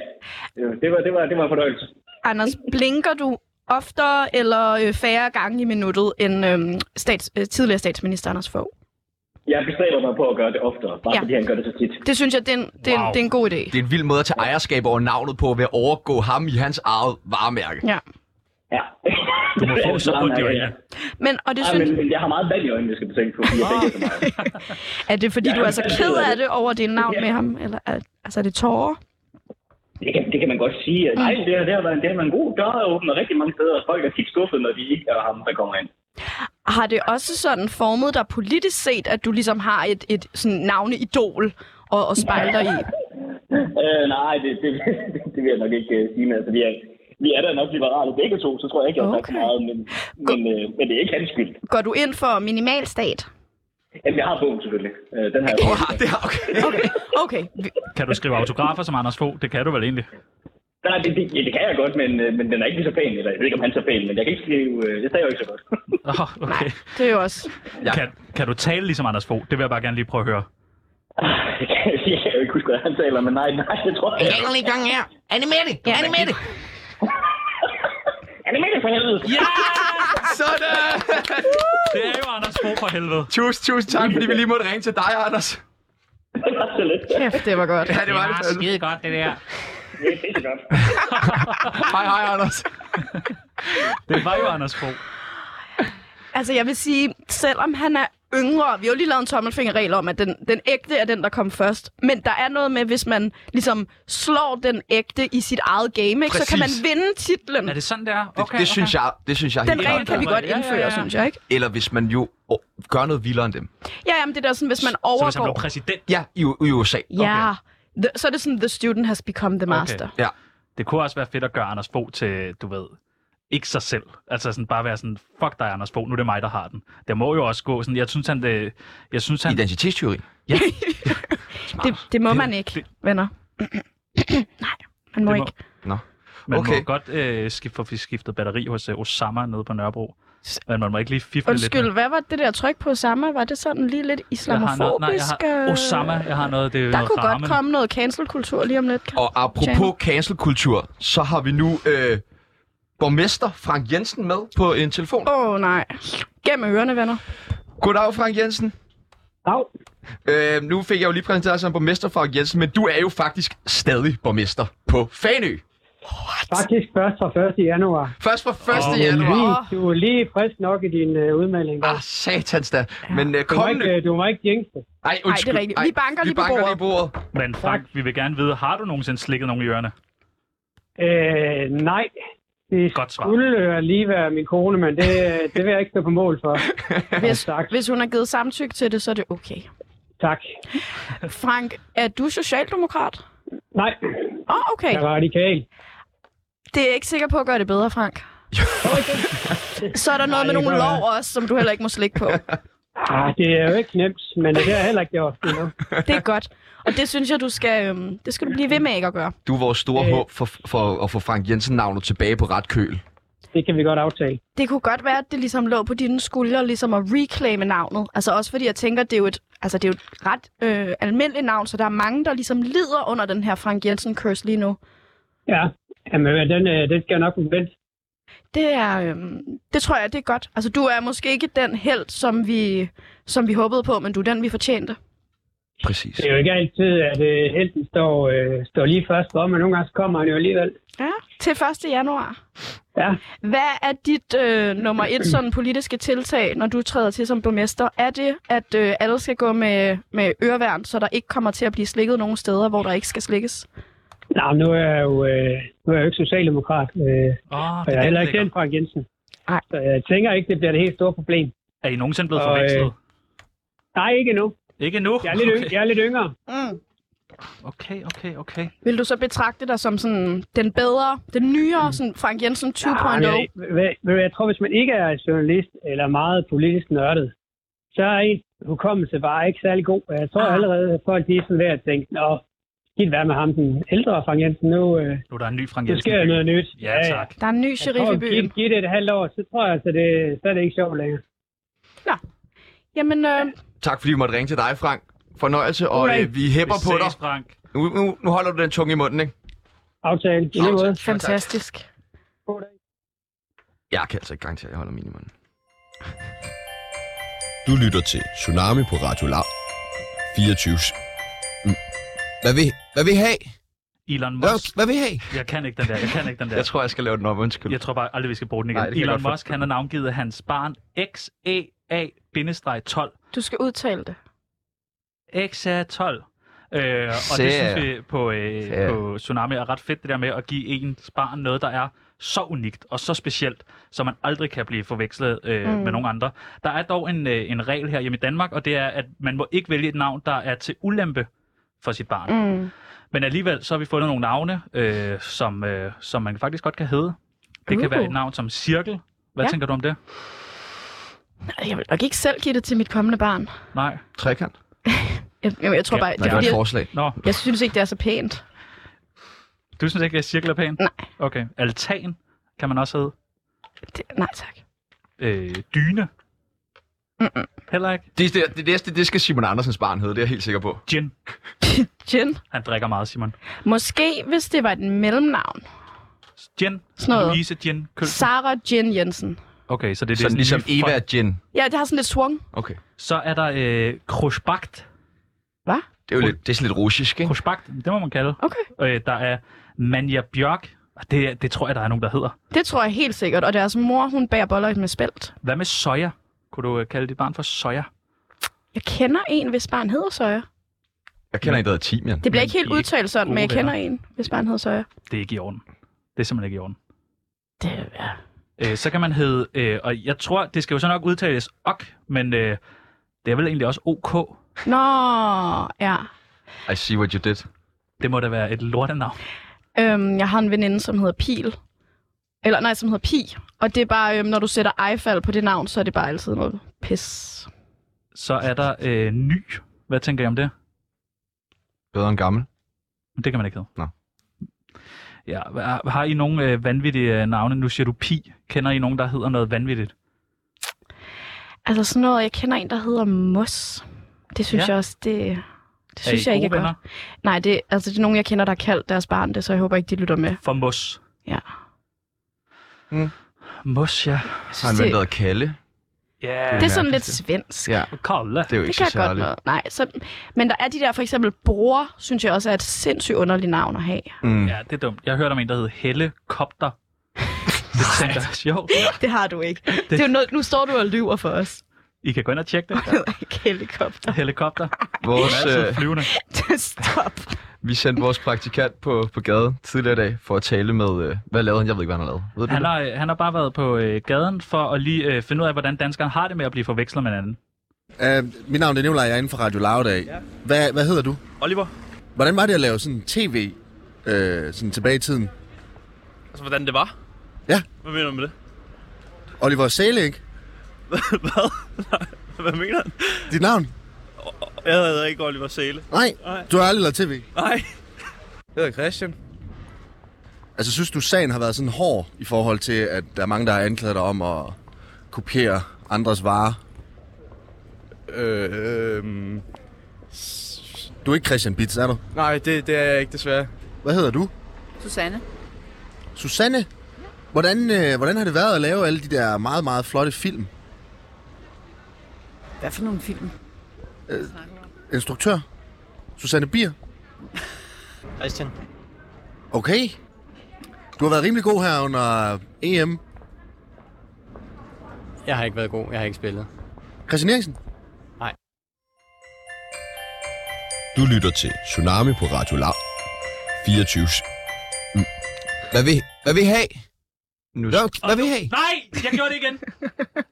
Speaker 8: Det- Det var, det var, det var en fornøjelse.
Speaker 3: Anders, blinker du oftere eller øh, færre gange i minuttet end øh, stats, øh, tidligere statsminister Anders Fogh?
Speaker 8: Jeg bestræber mig på at gøre det oftere,
Speaker 3: Ja.
Speaker 8: bare ja. fordi han gør det så tit.
Speaker 3: Det synes jeg, det er en, det er en,
Speaker 2: Wow.
Speaker 3: det er en god idé.
Speaker 1: Det er en vild måde at tage ejerskab over navnet på ved at overgå ham i hans eget varemærke.
Speaker 3: Ja.
Speaker 8: Ja.
Speaker 2: Du må få så ondt i
Speaker 8: Ja,
Speaker 2: øjnene.
Speaker 3: Men, og det
Speaker 8: Ja,
Speaker 3: synes,
Speaker 8: men, men jeg har meget vand i øjnene, skal du tænke på, fordi jeg tænker så meget.
Speaker 3: er det fordi,
Speaker 8: Ja,
Speaker 3: du er så
Speaker 8: jeg
Speaker 3: ked
Speaker 8: ved
Speaker 3: af
Speaker 8: det.
Speaker 3: det over dit navn med ham? Eller er, altså, er det tårer?
Speaker 8: Det kan, det kan man godt sige. at- Nej, det, har- det, har været, en- det har været en god dør åbner rigtig mange steder, og folk er tit skuffet, når de ikke er ham, der kommer ind.
Speaker 3: Har det også sådan formet dig politisk set, at du ligesom har et, et sådan navneidol og, og spejler i?
Speaker 8: Øh, nej, det, det, det vil jeg nok ikke uh, sige, men altså, vi er, vi er da nok liberale begge to, så tror jeg ikke, jeg har sagt så
Speaker 3: Okay.
Speaker 8: meget, men, men, øh, men det er ikke hans skyld.
Speaker 3: Går du ind for minimalstat?
Speaker 8: Jamen, jeg har bogen selvfølgelig. Øh, den har jeg
Speaker 1: Åh,
Speaker 8: fået.
Speaker 1: det er okay.
Speaker 3: Okay, okay. Vi-
Speaker 2: Kan du skrive autografer som Anders Fogh? Det kan du vel egentlig.
Speaker 8: Nej, det, det, ja, det kan jeg godt, men, øh, men den er ikke lige så pæn. Eller, jeg ved ikke, om han er så pæn, men jeg kan ikke skrive... Øh, jeg sagde jo ikke så godt.
Speaker 2: Oh, okay.
Speaker 3: Det er jo også...
Speaker 1: Ja.
Speaker 2: Kan, kan du tale ligesom Anders Fogh? Det vil jeg bare gerne lige prøve at høre.
Speaker 8: Det kan jeg sige, jeg kan ikke huske, hvad han taler, men nej, nej, det tror jeg ikke.
Speaker 9: i gang her. Er det med det? Er det med det?
Speaker 8: Er det med det for helvede?
Speaker 2: Ja!
Speaker 1: Sådan!
Speaker 2: Det er jo Anders Fogh for helvede.
Speaker 1: Tusind, tusind tak, fordi vi lige måtte ringe til dig, Anders.
Speaker 8: Det var så lidt.
Speaker 3: Kæft, det var godt.
Speaker 1: Ja, det var det. fandme.
Speaker 2: skide godt, det der.
Speaker 8: Det er pisse godt.
Speaker 1: Hej, hej, Anders.
Speaker 2: Det var jo Anders Fogh.
Speaker 3: Altså, jeg vil sige, selvom han er yngre, vi har jo lige lavet en tommelfingerregel om, at den, den ægte er den, der kom først. Men der er noget med, hvis man ligesom slår den ægte i sit eget game, ikke, så kan man
Speaker 1: Præcis.
Speaker 3: vinde titlen.
Speaker 2: Er det sådan, der? Okay,
Speaker 1: Det, okay, det, synes jeg, det synes jeg er
Speaker 3: Den
Speaker 1: helt
Speaker 3: regel
Speaker 1: klart.
Speaker 3: kan vi
Speaker 2: klart.
Speaker 3: godt
Speaker 2: Ja, ja,
Speaker 3: indføre,
Speaker 2: ja.
Speaker 3: synes jeg, ikke?
Speaker 1: Eller hvis man jo åh, gør noget vildere end dem.
Speaker 3: Ja, jamen, det er da sådan, hvis man
Speaker 2: Så hvis han blev
Speaker 3: overgår...
Speaker 2: præsident.
Speaker 1: Ja, i, U- i USA.
Speaker 3: Ja, the, så er det sådan, the student has become the master.
Speaker 2: Okay. Det kunne også være fedt at gøre Anders Fogh til, du ved, ikke sig selv. Altså sådan bare være sådan, fuck dig Anders Fogh, nu er det mig, der har den. Der må jo også gå sådan, jeg synes han, det, jeg synes han,
Speaker 1: Identitetsteori.
Speaker 3: Det, det må man ikke, venner. Nej, man må,
Speaker 2: Det må-
Speaker 3: ikke.
Speaker 2: man okay.
Speaker 1: Okay.
Speaker 2: må godt øh, skifte, for vi skiftet batteri hos øh, Osama nede på Nørrebro.
Speaker 3: S-
Speaker 2: Men man må ikke lige fifle lidt.
Speaker 3: Undskyld, hvad var det der tryk på Osama? Var det sådan lige lidt
Speaker 2: Jeg har noget, nej, jeg
Speaker 3: islamofobisk?
Speaker 2: har,
Speaker 3: øh?
Speaker 2: Osama, jeg har noget, det er
Speaker 3: Der
Speaker 2: noget
Speaker 3: kunne
Speaker 2: ramen.
Speaker 3: godt komme noget cancel-kultur lige om lidt. kan-
Speaker 1: Og apropos cancelkultur, så har vi nu øh, borgmester Frank Jensen med på en telefon.
Speaker 3: Åh oh, nej. Gennem ørerne, venner.
Speaker 1: Goddag, Frank Jensen.
Speaker 5: Dag.
Speaker 1: Øh, nu fik jeg jo lige præsenteret som borgmester fra Jensen, men du er jo faktisk stadig borgmester på Fanø.
Speaker 5: Faktisk først fra 1. januar.
Speaker 1: Først fra 1.
Speaker 5: Men
Speaker 1: Oh, januar.
Speaker 5: Lige, du er lige frisk nok i din øh, udmelding. Der.
Speaker 1: Ah, satans da. Men øh,
Speaker 5: Du må,
Speaker 1: kommende...
Speaker 5: ikke, øh, du må ikke jinx det.
Speaker 1: Ej,
Speaker 3: er
Speaker 1: undskyld.
Speaker 3: rigtigt. Vi banker lige
Speaker 1: vi
Speaker 3: på
Speaker 1: banker
Speaker 3: bordet.
Speaker 1: Lige på bordet.
Speaker 2: Men Frank, vi vil gerne vide, har du nogensinde slikket nogen i ørerne?
Speaker 5: Øh, nej. Det
Speaker 2: Godt svar.
Speaker 5: skulle øh, lige være min kone, men det, øh, det vil jeg ikke stå på mål for.
Speaker 3: Hvis,
Speaker 2: altså.
Speaker 5: tak.
Speaker 3: hvis hun har givet samtykke til det, så er det okay.
Speaker 5: Tak.
Speaker 3: Frank, er du socialdemokrat?
Speaker 5: Nej,
Speaker 3: Åh, oh, okay.
Speaker 5: jeg er radikal.
Speaker 3: Det er ikke sikker på at gøre det bedre, Frank. Så er der noget
Speaker 5: Nej,
Speaker 3: med nogle
Speaker 5: det gør jeg.
Speaker 3: lov også, som du heller ikke må slikke på.
Speaker 5: Ah, det er jo ikke nemt, men det har jeg heller ikke gjort endnu.
Speaker 3: Det er godt. Og det synes jeg, du skal, øhm, det skal du blive ved med ikke at gøre.
Speaker 1: Du er vores store
Speaker 5: Øh.
Speaker 1: håb for, for at få Frank Jensen-navnet tilbage på ret køl.
Speaker 5: Det kan vi godt aftale.
Speaker 3: Det kunne godt være, at det ligesom lå på dine skuldre, ligesom at reclaime navnet. Altså også fordi jeg tænker, det er jo et, altså det er jo et ret øh, almindeligt navn, så der er mange, der ligesom lider under den her Frank Jensen-curse lige nu.
Speaker 5: Ja, Jamen, øh, den, øh, den skal jeg nok vente.
Speaker 3: Det er, øhm, det tror jeg, det er godt. Altså du er måske ikke den held, som vi, som vi håbede på, men du er den, vi fortjente.
Speaker 1: Præcis.
Speaker 5: Det er jo ikke altid, at øh, helten står, øh, står lige først for, men nogle gange så kommer han jo alligevel.
Speaker 3: Ja, til 1. januar.
Speaker 5: Ja.
Speaker 3: Hvad er dit øh, nummer et sådan politiske tiltag, når du træder til som borgmester? Er det, at øh, alle skal gå med, med øreværn, så der ikke kommer til at blive slikket nogen steder, hvor der ikke skal slikkes?
Speaker 5: Nå, men nu er jeg jo, øh, nu er jeg jo ikke socialdemokrat, øh,
Speaker 2: Oh,
Speaker 5: og jeg er heller ikke kendt Frank Jensen.
Speaker 3: Nej.
Speaker 5: Så jeg tænker ikke, det bliver det helt store problem.
Speaker 2: Er I nogensinde blevet
Speaker 5: Og,
Speaker 2: forvekslet?
Speaker 5: øh, Nej, ikke endnu.
Speaker 2: Ikke nu?
Speaker 5: Jeg er lidt, okay.
Speaker 2: okay.
Speaker 5: jeg er lidt yngre.
Speaker 3: Mm.
Speaker 2: okay, okay, okay.
Speaker 3: Vil du så betragte dig som sådan den bedre, den nyere sådan Frank Jensen oh? 2.0?
Speaker 5: Nej, men jeg, ved- ved du hvad, jeg tror, hvis man ikke er journalist eller meget politisk nørdet, så er ens hukommelse bare ikke særlig god. Og Jeg tror
Speaker 3: Ah.
Speaker 5: allerede, at folk de er sådan ved at tænke, nå, skidt være med ham, den ældre Frank Jensen, nu, øh,
Speaker 2: Nu er der en ny Frank
Speaker 5: nu
Speaker 2: Jensen.
Speaker 5: sker der noget nyt.
Speaker 2: Ja, tak.
Speaker 3: Der er en ny
Speaker 5: Jeg
Speaker 3: sheriff
Speaker 5: tror,
Speaker 3: i byen.
Speaker 5: giv, giv det et halvt år, så tror jeg, altså, det, så er det ikke sjovt længere.
Speaker 3: Jamen, øh,
Speaker 1: Tak fordi vi måtte ringe til dig, Frank. Fornøjelse, og
Speaker 5: Okay.
Speaker 1: øh, vi hæpper
Speaker 2: Vi
Speaker 1: på
Speaker 2: ses,
Speaker 1: dig.
Speaker 2: Frank.
Speaker 1: Nu, nu, nu holder du den tunge i munden, ikke?
Speaker 5: Aftale. I lige måde.
Speaker 3: fantastisk.
Speaker 5: God dag.
Speaker 1: Jeg kan altså ikke garantere, at jeg holder min i munden.
Speaker 10: Du lytter til Tsunami på Radio Loud. 24 Mm. Hvad vil, hvad vil I have?
Speaker 2: Elon
Speaker 10: Hvad,
Speaker 2: Musk.
Speaker 10: hvad vil I have?
Speaker 2: Jeg kan ikke den der, jeg kan ikke den der.
Speaker 1: Jeg tror, jeg skal lave den om. Undskyld.
Speaker 2: Jeg tror bare aldrig, vi skal bruge den igen.
Speaker 1: Nej, det kan jeg
Speaker 2: Elon
Speaker 1: godt
Speaker 2: Musk, han har navngivet hans barn XAA-12.
Speaker 3: Du skal udtale det.
Speaker 2: XA12. Øh, og
Speaker 1: Sær.
Speaker 2: det synes vi på, øh,
Speaker 1: Sær.
Speaker 2: på Tsunami er ret fedt, det der med at give ens barn noget, der er så unikt og så specielt, så man aldrig kan blive forvekslet øh, mm. med nogen andre. Der er dog en, øh, en regel her hjemme i Danmark, og det er, at man må ikke vælge et navn, der er til ulempe for sit barn.
Speaker 3: Mm.
Speaker 2: Men alligevel, så har vi fundet nogle navne, øh, som, øh, som man faktisk godt kan hedde. Det kan
Speaker 3: Uh.
Speaker 2: være et navn som Cirkel. Hvad
Speaker 3: Ja.
Speaker 2: ja. tænker du om det?
Speaker 3: Jeg vil nok ikke selv give det til mit kommende barn.
Speaker 2: Nej.
Speaker 1: Trekant? Nej,
Speaker 3: Jeg, jeg, jeg tror
Speaker 2: Ja,
Speaker 3: bare,
Speaker 1: det
Speaker 3: det er,
Speaker 1: var
Speaker 3: fordi,
Speaker 1: et
Speaker 3: jeg,
Speaker 1: forslag.
Speaker 2: Nå,
Speaker 3: jeg synes ikke, det er så pænt.
Speaker 2: du synes ikke, at Cirkel er pæn?
Speaker 3: Nej.
Speaker 2: Okay. Altan kan man også hedde.
Speaker 3: Det, nej, tak.
Speaker 2: øh, dyne.
Speaker 3: Mm-mm.
Speaker 2: Heller ikke.
Speaker 1: Det, det, det, næste, det skal Simon Andersens barn hedde, det er jeg helt sikker på.
Speaker 2: Gin.
Speaker 3: Jen.
Speaker 2: Han drikker meget, Simon.
Speaker 3: Måske, hvis det var et mellemnavn.
Speaker 2: Gin.
Speaker 3: Sådan noget.
Speaker 2: Louise Gin. Kølsen.
Speaker 3: Sarah Jen Jensen.
Speaker 2: Okay, så det er det
Speaker 1: Sådan
Speaker 2: sådan
Speaker 1: ligesom
Speaker 2: nye
Speaker 1: Eva
Speaker 2: folk.
Speaker 1: Jen.
Speaker 3: Ja, det har sådan lidt swung.
Speaker 1: Okay.
Speaker 2: Så er der øh, Krushbagt.
Speaker 1: Det er jo lidt, det er sådan lidt russisk, ikke?
Speaker 2: Krushbagt, det må man kalde.
Speaker 3: Okay.
Speaker 2: Øh, der er Manja Bjørk. Og Det, det tror jeg, der er nogen, der hedder.
Speaker 3: Det tror jeg helt sikkert. Og deres mor, hun bærer boller med spelt.
Speaker 2: Hvad med Soja? Kunne du øh, kalde dit barn for Soja?
Speaker 3: Jeg kender en, hvis barn hedder Søjer.
Speaker 1: Jeg kender en, der hedder Timian.
Speaker 3: Det bliver
Speaker 2: Men
Speaker 3: ikke helt
Speaker 2: I er ikke
Speaker 3: udtalt sådan, men jeg
Speaker 2: gode
Speaker 3: kender en, hvis barn hedder Søjer.
Speaker 2: Det er ikke i orden. Det er simpelthen ikke i orden.
Speaker 3: Det er
Speaker 2: Øh, så kan man hedde, øh, og jeg tror, det skal jo så nok udtales ok, men øh, det er vel egentlig også ok.
Speaker 3: Nå, ja.
Speaker 1: I see what you did.
Speaker 2: Det må da være et lortenavn.
Speaker 3: Øhm, jeg har en veninde, som hedder Pil. Eller nej, som hedder Pi. Og det er bare, øhm, når du sætter ejfald på det navn, så er det bare altid noget pis.
Speaker 2: Så er der øh, ny. Hvad tænker I om det?
Speaker 1: Bedre end gammel.
Speaker 2: Men Det kan man ikke hedde.
Speaker 1: Nå.
Speaker 2: Ja, hva- har I nogle øh, vanvittige øh, navne? Nu siger du Pi. Kender I nogen, der hedder noget vanvittigt?
Speaker 3: Altså sådan noget, jeg kender en, der hedder Mos. Det synes
Speaker 2: Ja.
Speaker 3: ja. jeg også, det, det
Speaker 2: Er
Speaker 3: synes
Speaker 2: I
Speaker 3: jeg ikke er
Speaker 2: gode venner?
Speaker 3: godt. Nej, det, altså, det er nogen, jeg kender, der har kaldt deres barn det, så jeg håber ikke, de lytter med.
Speaker 2: For Mos.
Speaker 3: Ja.
Speaker 1: Mm.
Speaker 2: Mos, ja.
Speaker 3: Jeg
Speaker 1: Har han
Speaker 3: det,
Speaker 1: været Kalle?
Speaker 2: Ja,
Speaker 3: Det er sådan lidt svensk.
Speaker 1: Ja,
Speaker 2: kolde.
Speaker 1: det er jo
Speaker 3: Det
Speaker 1: ikke
Speaker 3: kan
Speaker 1: så
Speaker 3: jeg godt
Speaker 1: særligt.
Speaker 3: noget. Nej, så, men der er de der, for eksempel Bror, synes jeg også er et sindssygt underligt navn at have.
Speaker 1: Mm.
Speaker 2: Ja, det er dumt. Jeg hørte om en, der hed Helle Kopter. Det tænker jeg er sjovt.
Speaker 3: Det har du ikke. Det, det er jo noget, nu står du og lyver for os.
Speaker 2: I kan gå ind og tjekke det.
Speaker 3: Ikke helikopter.
Speaker 2: Helikopter.
Speaker 1: Vores,
Speaker 2: Den er altid
Speaker 1: øh,
Speaker 2: flyvende.
Speaker 3: Stop.
Speaker 1: vi sendte vores praktikant på, på gaden tidligere i dag for at tale med... Øh, hvad lavede han? Jeg ved ikke, hvad han har lavet. Ved du
Speaker 2: Han
Speaker 1: det?
Speaker 2: har, øh, han har bare været på øh, gaden for at lige øh, finde ud af, hvordan danskerne har det med at blive forvekslet med hinanden.
Speaker 11: Uh, mit navn er Nicolaj, jeg er inden for Radio Loud af. Hvad, hvad hedder du?
Speaker 7: Oliver,
Speaker 11: Hvordan var det at lave sådan tv øh, sådan tilbage i tiden?
Speaker 7: altså hvordan det var?
Speaker 11: Ja.
Speaker 7: Hvad mener du med det?
Speaker 11: Oliver Sæling,
Speaker 7: Hvad? Hvad mener han?
Speaker 11: dit navn?
Speaker 7: Jeg hedder ikke Oliver Sæle.
Speaker 11: Nej,
Speaker 7: Nej.
Speaker 11: du har aldrig lavet tv.
Speaker 7: Nej. Jeg hedder Christian.
Speaker 11: Altså, synes du, sagen har været sådan hård i forhold til, at der er mange, der har anklaget dig om at kopiere andres varer?
Speaker 7: Øh, øh,
Speaker 11: Du er ikke Christian Bitz, er du?
Speaker 7: nej, det, det er jeg ikke desværre.
Speaker 11: Hvad hedder du?
Speaker 12: Susanne.
Speaker 11: Susanne? Hvordan, øh, hvordan har det været at lave alle de der meget, meget flotte film?
Speaker 12: Hvad for nogle film?
Speaker 11: Øh, Instruktør? Susanne Bier?
Speaker 7: Christian.
Speaker 11: Okay. Du har været rimelig god her under E EM.
Speaker 13: Jeg har ikke været god. Jeg har ikke spillet.
Speaker 11: Christian Eriksen?
Speaker 4: Du lytter til Tsunami på Radio Loud. 24 Mm. Hvad vil, hvad vil I have?
Speaker 1: Nu,
Speaker 4: Hvad, hvad vil I have?
Speaker 2: Nej, jeg gjorde det igen.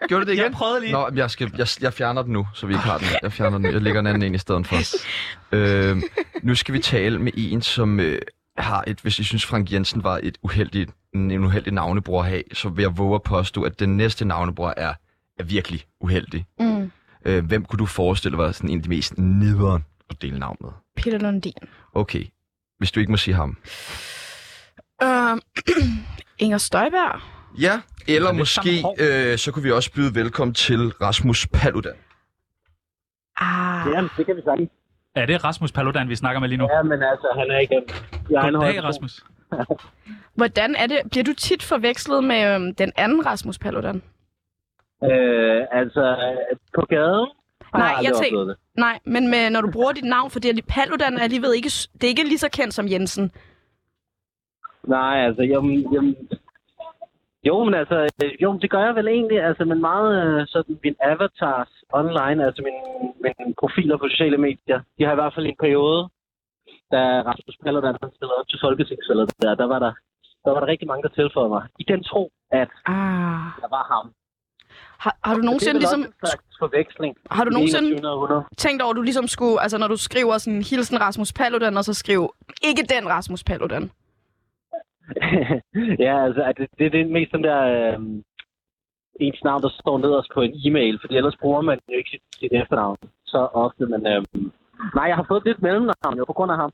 Speaker 1: gjorde du det igen?
Speaker 2: Jeg prøvede lige.
Speaker 1: Nå, men jeg, skal, jeg, jeg fjerner den nu, så vi ikke har den. Jeg fjerner den. Jeg lægger en anden en i stedet for. Øh, nu skal vi tale med en, som øh, har et... Hvis I synes, Frank Jensen var et uheldigt, en uheldig navnebror at have, så vil jeg våge at påstå, at den næste navnebror er, er virkelig uheldig.
Speaker 3: Mm.
Speaker 1: Øh, hvem kunne du forestille dig var sådan en af de mest nederen at dele navn med?
Speaker 3: Peter Lundin.
Speaker 1: Okay, hvis du ikke må sige ham.
Speaker 3: Uh,
Speaker 2: Øhm.
Speaker 3: Inger Støjberg.
Speaker 1: Ja, eller
Speaker 2: lidt samme
Speaker 1: måske,
Speaker 2: hår.
Speaker 1: øh, så kunne vi også byde velkommen til Rasmus Paludan.
Speaker 3: Ah,
Speaker 14: Ja, det kan vi sagtens.
Speaker 2: Er det Rasmus Paludan, vi snakker med lige nu?
Speaker 14: Ja, men altså, han er ikke... Jeg er en høj-
Speaker 2: Goddag, Rasmus.
Speaker 3: hvordan er det? Bliver du tit forvekslet med øhm, den anden Rasmus Paludan?
Speaker 14: Øh, altså, på gaden... har
Speaker 3: Nej,
Speaker 14: aldrig
Speaker 3: jeg tænk-
Speaker 14: oplevet det.
Speaker 3: Nej, men med, når du bruger dit navn, fordi alli- Paludan er alligevel ikke, s- det er ikke lige så kendt som Jensen.
Speaker 14: Nej, altså, jamen, jamen, jo, men altså, øh, jo, men det gør jeg vel egentlig, altså, men meget øh, sådan min avatars online, altså min, min profiler på sociale medier, de har i hvert fald i en periode, da Rasmus Paludan han stillede op til Folketingsvalget der, der var der, der var der rigtig mange, der tilføjede mig. I den tro, at
Speaker 3: Ah.
Speaker 14: jeg var ham.
Speaker 3: Har, har du nogensinde,
Speaker 14: det er vel
Speaker 3: ligesom,
Speaker 14: også en slags forveksling.
Speaker 3: har du
Speaker 14: i det
Speaker 3: nogensinde
Speaker 14: 21. århundrede.
Speaker 3: tænkt over, at du ligesom skulle, altså når du skriver sådan, hilsen Rasmus Paludan, og så skriv, ikke den Rasmus Paludan?
Speaker 14: ja, altså, at det, det, det er mest den der øh, ens navn, der står nederst på en e-mail, fordi ellers bruger man jo ikke sit, sit efternavn så ofte, men øh, nej, jeg har fået lidt mellemnavn jo på grund af ham.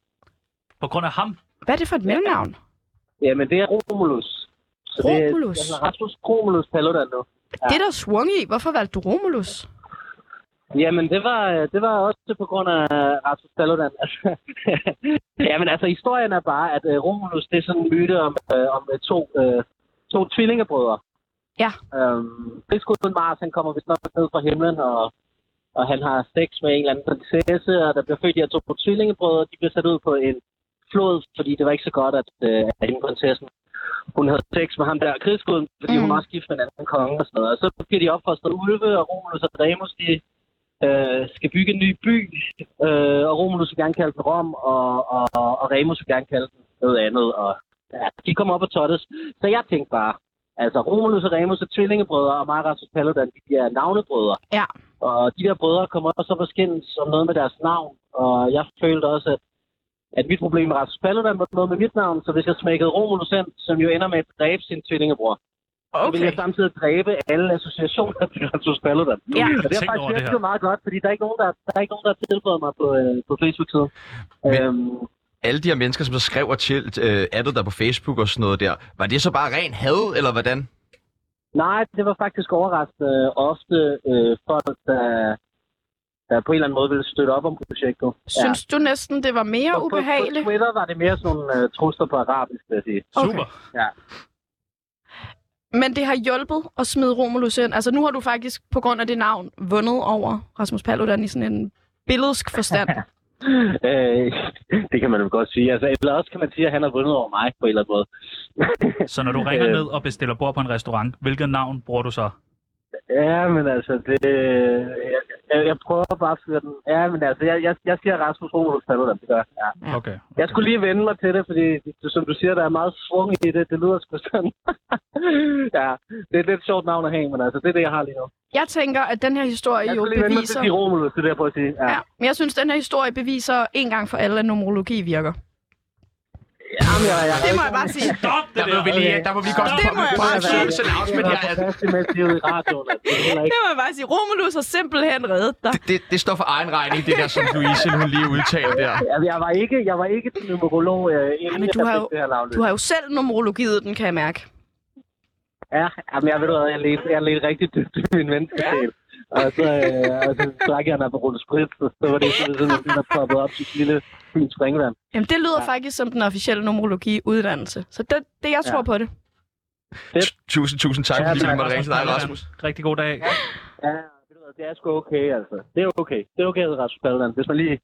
Speaker 2: På grund af ham.
Speaker 3: Hvad er det for et mellemnavn?
Speaker 14: Ja, men det er Romulus. Så det er-
Speaker 3: Romulus?
Speaker 14: Jeg hedder Rasmus Romulus Paludan nu.
Speaker 3: Det er der swung i. Hvorfor valgte du Romulus?
Speaker 14: Jamen, det var, øh, det var også på grund af Rasmus Paludan. Altså, Jamen, altså, historien er bare, at øh, Romulus, det er sådan en myte om, øh, om øh, to, øh, to tvillingebrødre.
Speaker 3: Ja.
Speaker 14: Øhm, Rigsguden Mars, han kommer vist nok ned fra himlen, og, og han har sex med en eller anden prinsesse, og der bliver født de her to tvillingebrødre, de bliver sat ud på en flod, fordi det var ikke så godt, at, øh, at hende prinsessen, hun havde sex med ham der krigsguden, fordi mm. hun
Speaker 3: Mm.
Speaker 14: var også gift med en anden konge og sådan noget. Og så bliver de opfostret ulve, og Romulus og Remus, de øh, skal bygge en ny by, øh, og Romulus vil gerne kalde den Rom, og, og, og Remus vil gerne kalde den noget andet, og ja, de kommer op og tottes. Så jeg tænkte bare, altså Romulus og Remus er tvillingebrødre, og mig og Rasmus Paludan, de er navnebrødre.
Speaker 3: Ja.
Speaker 14: Og de der brødre kommer også op og skændes om noget med deres navn, og jeg følte også, at at mit problem med Rasmus Paludan var noget med mit navn, så hvis jeg smækkede Romulus ind, som jo ender med at dræbe sin tvillingebror, så ville
Speaker 3: Okay.
Speaker 14: jeg samtidig dræbe alle associationer til Rasmus Paludan.
Speaker 3: Ja.
Speaker 14: Og det
Speaker 2: Tænk
Speaker 14: har
Speaker 2: over
Speaker 14: faktisk
Speaker 2: det
Speaker 14: virket
Speaker 2: her.
Speaker 14: meget godt, fordi der er ikke nogen, der, der, er ikke nogen, der har tilbudt mig på, øh, på Facebook-siden.
Speaker 1: Men-
Speaker 14: Øhm,
Speaker 1: Alle de her mennesker, som så skrev og til, øh, addede dig på Facebook og sådan noget der, var det så bare ren had, eller hvordan?
Speaker 14: nej, det var faktisk overraskende ofte øh, folk, der, der på en eller anden måde ville støtte op om projektet.
Speaker 3: Synes du næsten, det var mere
Speaker 14: på, på
Speaker 3: ubehageligt?
Speaker 14: Twitter var det mere sådan nogle øh, trusler på arabisk, vil jeg sige.
Speaker 2: Super.
Speaker 14: Ja.
Speaker 3: Men det har hjulpet at smide Romulus ind. Altså, nu har du faktisk på grund af det navn vundet over Rasmus Paludan i sådan en billedsk forstand.
Speaker 14: Øh, det kan man jo godt sige. Altså, eller også kan man sige, at han har vundet over mig på en eller anden måde.
Speaker 2: Så når du ringer ned og bestiller bord på en restaurant, hvilket navn bruger du så?
Speaker 14: Ja, men altså, det... Jeg, jeg, jeg prøver bare at føre den. Ja, men altså, jeg, jeg, jeg siger Rasmus Romulus Paludan, det gør jeg. ja.
Speaker 2: Okay.
Speaker 14: Jeg skulle lige vende mig til det, fordi du- som du siger, der er meget svung i det. Det lyder sgu sådan. ja, det er et lidt sjovt navn at have, men altså, det er det, jeg har lige nu.
Speaker 3: Jeg tænker, at den her historie
Speaker 14: Jeg
Speaker 3: jo
Speaker 14: skulle lige vende mig til
Speaker 3: beviser...
Speaker 14: de Romulus, det er derfor at sige. Ja.
Speaker 3: Ja, men jeg synes, den her historie beviser en gang for alle, at numerologi virker.
Speaker 14: Jamen, jeg, jeg,
Speaker 3: Det må jeg bare sige.
Speaker 2: Stop det
Speaker 14: der!
Speaker 1: vi lige- der må vi godt
Speaker 3: Det må jeg bare sige.
Speaker 1: så lavt, men jeg-
Speaker 3: Det må jeg bare sige. Romulus har simpelthen reddet dig.
Speaker 1: Det, det står for egen regning, det der, som Louise hun lige udtalte der.
Speaker 14: Altså, jeg var ikke, jeg var ikke til numerolog, øh, inden
Speaker 3: men du
Speaker 14: jeg
Speaker 3: har
Speaker 14: fik
Speaker 3: jo-
Speaker 14: det her navn.
Speaker 3: Du har jo selv numerologiet, den kan jeg mærke.
Speaker 14: Ja, jamen, jeg ved du hvad, jeg ledte, jeg ledte rigtig dybt i min menneskesæl. Og så, øh, og så drak jeg en Aperol Spritz, og så var det sådan, at den er poppet op til et lille fint springvand.
Speaker 3: Jamen, det lyder ja. faktisk som den officielle numerologi-uddannelse. Så det, det jeg
Speaker 14: Ja.
Speaker 3: tror på det.
Speaker 1: Tusind, tusind tak,
Speaker 14: Ja,
Speaker 1: fordi vi
Speaker 14: tak,
Speaker 1: måtte ringe til dig,
Speaker 2: Rasmus.
Speaker 1: Rasmus.
Speaker 2: Rigtig god dag.
Speaker 14: Ja, ved du hvad, det er sgu okay, altså. Det er okay. Det er okay, at hedde Rasmus Paludan, hvis man lige,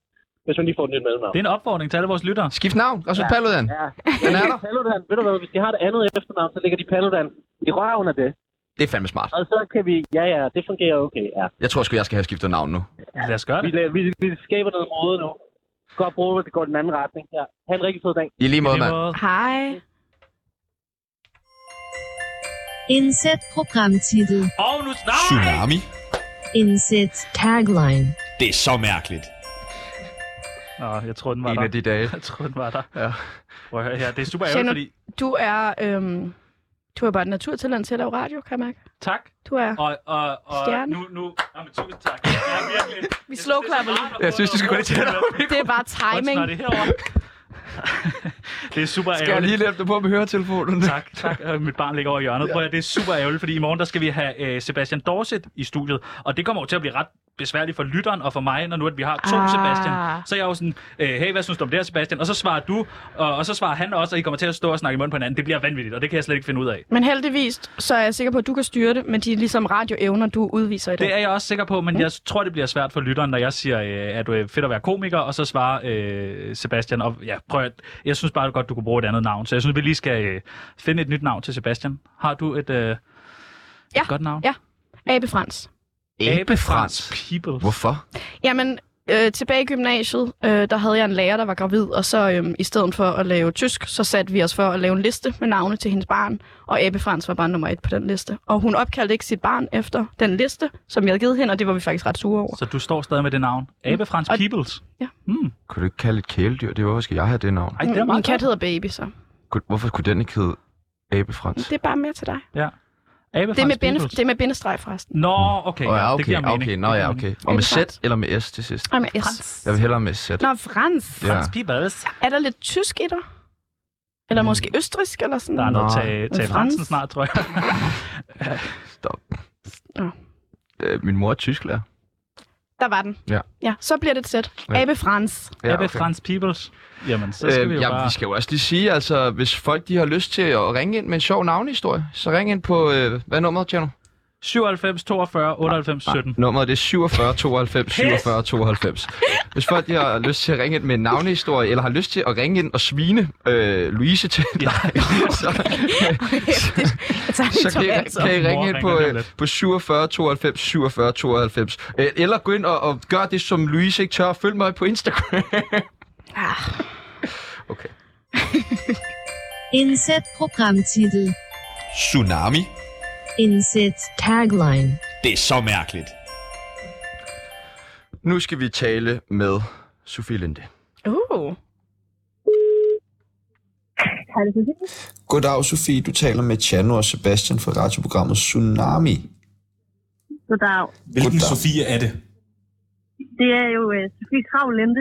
Speaker 14: hvis man lige får den lidt mellemnavn.
Speaker 2: Det er en opfordring til alle vores lyttere.
Speaker 1: Skift navn, Rasmus Paludan.
Speaker 14: Ja. Men er der? Paludan, ved du hvad, hvis de har et andet efternavn, så ligger de Paludan i røven af det.
Speaker 1: Det er fandme smart.
Speaker 14: Og så kan vi, ja ja, det fungerer okay, ja.
Speaker 1: Jeg tror sgu, jeg skal have skiftet navn nu.
Speaker 2: Lad os gøre
Speaker 14: Vi,
Speaker 2: det.
Speaker 14: la- vi, vi skaber noget mode nu. Godt bruge, at det går den anden retning. Ja. Ha' en rigtig fed dag.
Speaker 1: I lige måde, mand.
Speaker 3: Hej.
Speaker 12: Inset Programmtitel.
Speaker 2: Og nu
Speaker 4: Tsunami?
Speaker 12: Inset Tagline.
Speaker 4: Det er så mærkeligt.
Speaker 2: Nå, jeg tror den var
Speaker 1: En
Speaker 2: der.
Speaker 1: af de dage.
Speaker 2: Jeg tror den var der.
Speaker 1: Ja.
Speaker 2: Prøv at høre her. Det er super ærgerligt,
Speaker 3: Tjener,
Speaker 2: fordi...
Speaker 3: du er... Øhm, du er bare et naturtalent til at lave radio, kan jeg mærke.
Speaker 2: Tak.
Speaker 3: Du er...
Speaker 2: Og, og, og
Speaker 3: Stjerne.
Speaker 2: nu, nu... Jamen, tusind tak. Jeg er virkelig...
Speaker 3: Vi slowklapper lige.
Speaker 1: Jeg synes, du skal gå lidt tættere.
Speaker 3: Det er bare timing.
Speaker 2: Timing. Det, herovre. det er super
Speaker 1: Skal jeg
Speaker 2: ærgerligt.
Speaker 1: lige læfte dig på med høretelefonen?
Speaker 2: Tak, tak. Øh, Mit barn ligger over i hjørnet. Prøv at, høre, det er super ærgerligt, fordi i morgen der skal vi have øh, Sebastian Dorset i studiet. Og det kommer jo til at blive ret besværligt for lytteren og for mig, når nu at vi har to
Speaker 7: Ah.
Speaker 2: ah. Sebastian. Så er jeg er jo sådan, øh, hey, hvad synes du om det her, Sebastian? Og så svarer du, og, og så svarer han også, og I kommer til at stå og snakke i munden på hinanden. Det bliver vanvittigt, og det kan jeg slet ikke finde ud af.
Speaker 3: Men heldigvis, så er jeg sikker på, at du kan styre det, men de er ligesom radioevner, du udviser i dag.
Speaker 2: Det er jeg også sikker på, men jeg tror, det bliver svært for lytteren, når jeg siger, øh, at du er fedt at være komiker, og så svarer øh, Sebastian, og ja, prøv at, jeg synes bare godt, du kunne bruge et andet navn, så jeg synes, vi lige skal øh, finde et nyt navn til Sebastian. Har du et, øh, et
Speaker 3: Ja.
Speaker 2: godt navn?
Speaker 3: Ja. Abe Frans.
Speaker 1: Abefrans.
Speaker 2: People.
Speaker 1: Hvorfor?
Speaker 3: Jamen, øh, tilbage i gymnasiet, øh, der havde jeg en lærer, der var gravid, og så øh, i stedet for at lave tysk, så satte vi os for at lave en liste med navne til hendes barn, og Abe Frans var bare nummer et på den liste. Og hun opkaldte ikke sit barn efter den liste, som jeg havde givet hende, og det var vi faktisk ret sure over.
Speaker 2: Så du står stadig med det navn? Abe Frans
Speaker 3: Mm. Og-
Speaker 2: Peebles?
Speaker 3: Ja.
Speaker 2: Mm.
Speaker 1: Kunne du ikke kalde et kæledyr? Det var, hvorfor skal jeg have det navn?
Speaker 2: Ej, det er
Speaker 3: Min
Speaker 2: meget
Speaker 3: kat
Speaker 2: godt.
Speaker 3: hedder Baby, så
Speaker 1: Kunne- Hvorfor skulle den ikke hedde Abefrans?
Speaker 3: det er bare mere til dig.
Speaker 2: Ja. Abe
Speaker 3: Det er, med
Speaker 2: Frans
Speaker 3: binde,
Speaker 2: Peebles.
Speaker 3: det er med bindestreg forresten.
Speaker 2: Nå, okay,
Speaker 1: Åh, ja,
Speaker 2: ja, det
Speaker 1: okay,
Speaker 2: giver mening.
Speaker 1: okay, nå ja, okay. Og med
Speaker 3: Abefrans.
Speaker 1: Z eller med S til sidst?
Speaker 3: Ej, men yes.
Speaker 1: Jeg vil hellere med Z.
Speaker 3: Nå, Frans.
Speaker 1: Ja. Frans
Speaker 2: Peebles.
Speaker 3: Er der lidt tysk i dig?
Speaker 1: Mm.
Speaker 3: Eller måske østrisk eller sådan
Speaker 2: Der er noget
Speaker 1: Nå.
Speaker 2: til,
Speaker 3: Frans.
Speaker 2: til Fransen snart, tror jeg.
Speaker 1: Stop.
Speaker 3: Nå.
Speaker 1: Øh, Min mor er tysklærer.
Speaker 3: Der var den.
Speaker 1: Ja.
Speaker 3: ja så bliver det et sæt.
Speaker 1: Ja.
Speaker 3: Abe Frans.
Speaker 1: Ja,
Speaker 2: Abe
Speaker 1: okay.
Speaker 2: Frans Peebles. Jamen, så skal
Speaker 1: Øh,
Speaker 2: vi jo
Speaker 1: ja,
Speaker 2: bare...
Speaker 1: vi skal jo også lige sige, altså, hvis folk de har lyst til at ringe ind med en sjov navnehistorie, så ring ind på, øh, hvad er nummeret, Tjerno?
Speaker 2: 97, 42, 98, 17.
Speaker 1: Nummeret det er 47 92 47 92. Hvis folk de har lyst til at ringe ind med en navnehistorie, eller har lyst til at ringe ind og svine øh, Louise til dig, så,
Speaker 3: Jeg tager
Speaker 1: så kan, I, kan I ringe ind på,
Speaker 2: ringer lige
Speaker 1: øh,
Speaker 2: om lidt.
Speaker 1: på 47 92 47 92. Øh, eller gå ind og, og gør det, som Louise ikke tør. Følg mig på Instagram.
Speaker 3: Ah.
Speaker 1: Okay.
Speaker 12: Inset Programmtitel.
Speaker 4: Tsunami?
Speaker 12: Inset Tagline.
Speaker 4: Det er så mærkeligt.
Speaker 1: Nu skal vi tale med Sofie Linde.
Speaker 3: Uh.
Speaker 15: Goddag, Sofie. Du taler med Chano og Sebastian fra radioprogrammet Tsunami.
Speaker 16: Goddag.
Speaker 15: Hvilken
Speaker 17: Sofie er det?
Speaker 16: Det er jo øh, Sofie Krav Linde.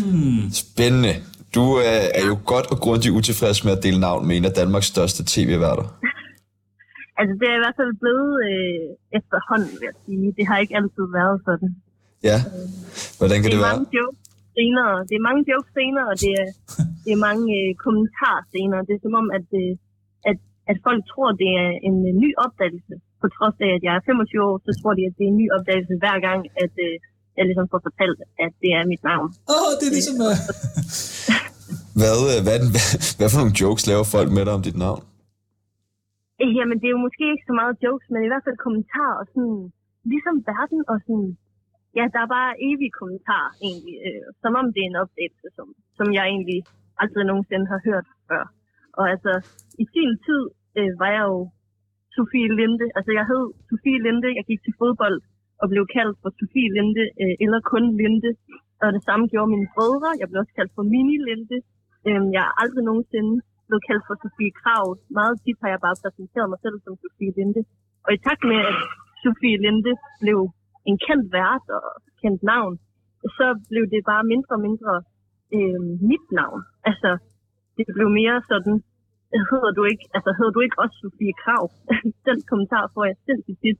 Speaker 15: Hmm. Spændende. Du øh, er jo godt og grundigt utilfreds med at dele navn med en af Danmarks største tv-værter.
Speaker 16: Altså, det er i hvert fald blevet øh, efterhånden, vil jeg sige. Det har ikke altid været sådan.
Speaker 15: Ja. Hvordan kan
Speaker 16: det
Speaker 15: det,
Speaker 16: er
Speaker 15: være?
Speaker 16: mange jokes senere. Det er mange jokes senere, og det er, det er mange øh, kommentarer senere. Det er som om, at, øh, at, at folk tror, det er en øh, ny opdagelse. På trods af, at jeg er 25 år, så tror de, at det er en ny opdagelse hver gang, at øh, jeg ligesom får fortalt, at det er mit navn.
Speaker 17: Åh, oh, det er ligesom... Uh...
Speaker 15: Hvad, øh, hvad, hvad, hvad for nogle jokes laver folk med dig om dit navn?
Speaker 16: Øh, Jamen, det er jo måske ikke så meget jokes, men i hvert fald kommentarer og sådan, ligesom verden og sådan, ja, der er bare evige kommentarer egentlig, øh, som om det er en opdagelse, som, som jeg egentlig aldrig nogensinde har hørt før. Og altså, i sin tid øh, var jeg jo Sofie Linde, altså jeg hed Sofie Linde, jeg gik til fodbold og blev kaldt for Sofie Linde, øh, eller kun Linde. Og det samme gjorde mine brødre, jeg blev også kaldt for Mini Linde. Øh, jeg er aldrig nogensinde blevet kaldt for Sofie Krav. Meget tit har jeg bare præsenteret mig selv som Sofie Linde. Og i takt med, at Sofie Linde blev en kendt vært og kendt navn, så blev det bare mindre og mindre øh, mit navn. Altså, det blev mere sådan, hedder du ikke, altså, hedder du ikke også Sofie Krav? Den kommentar får jeg sindssygt tit,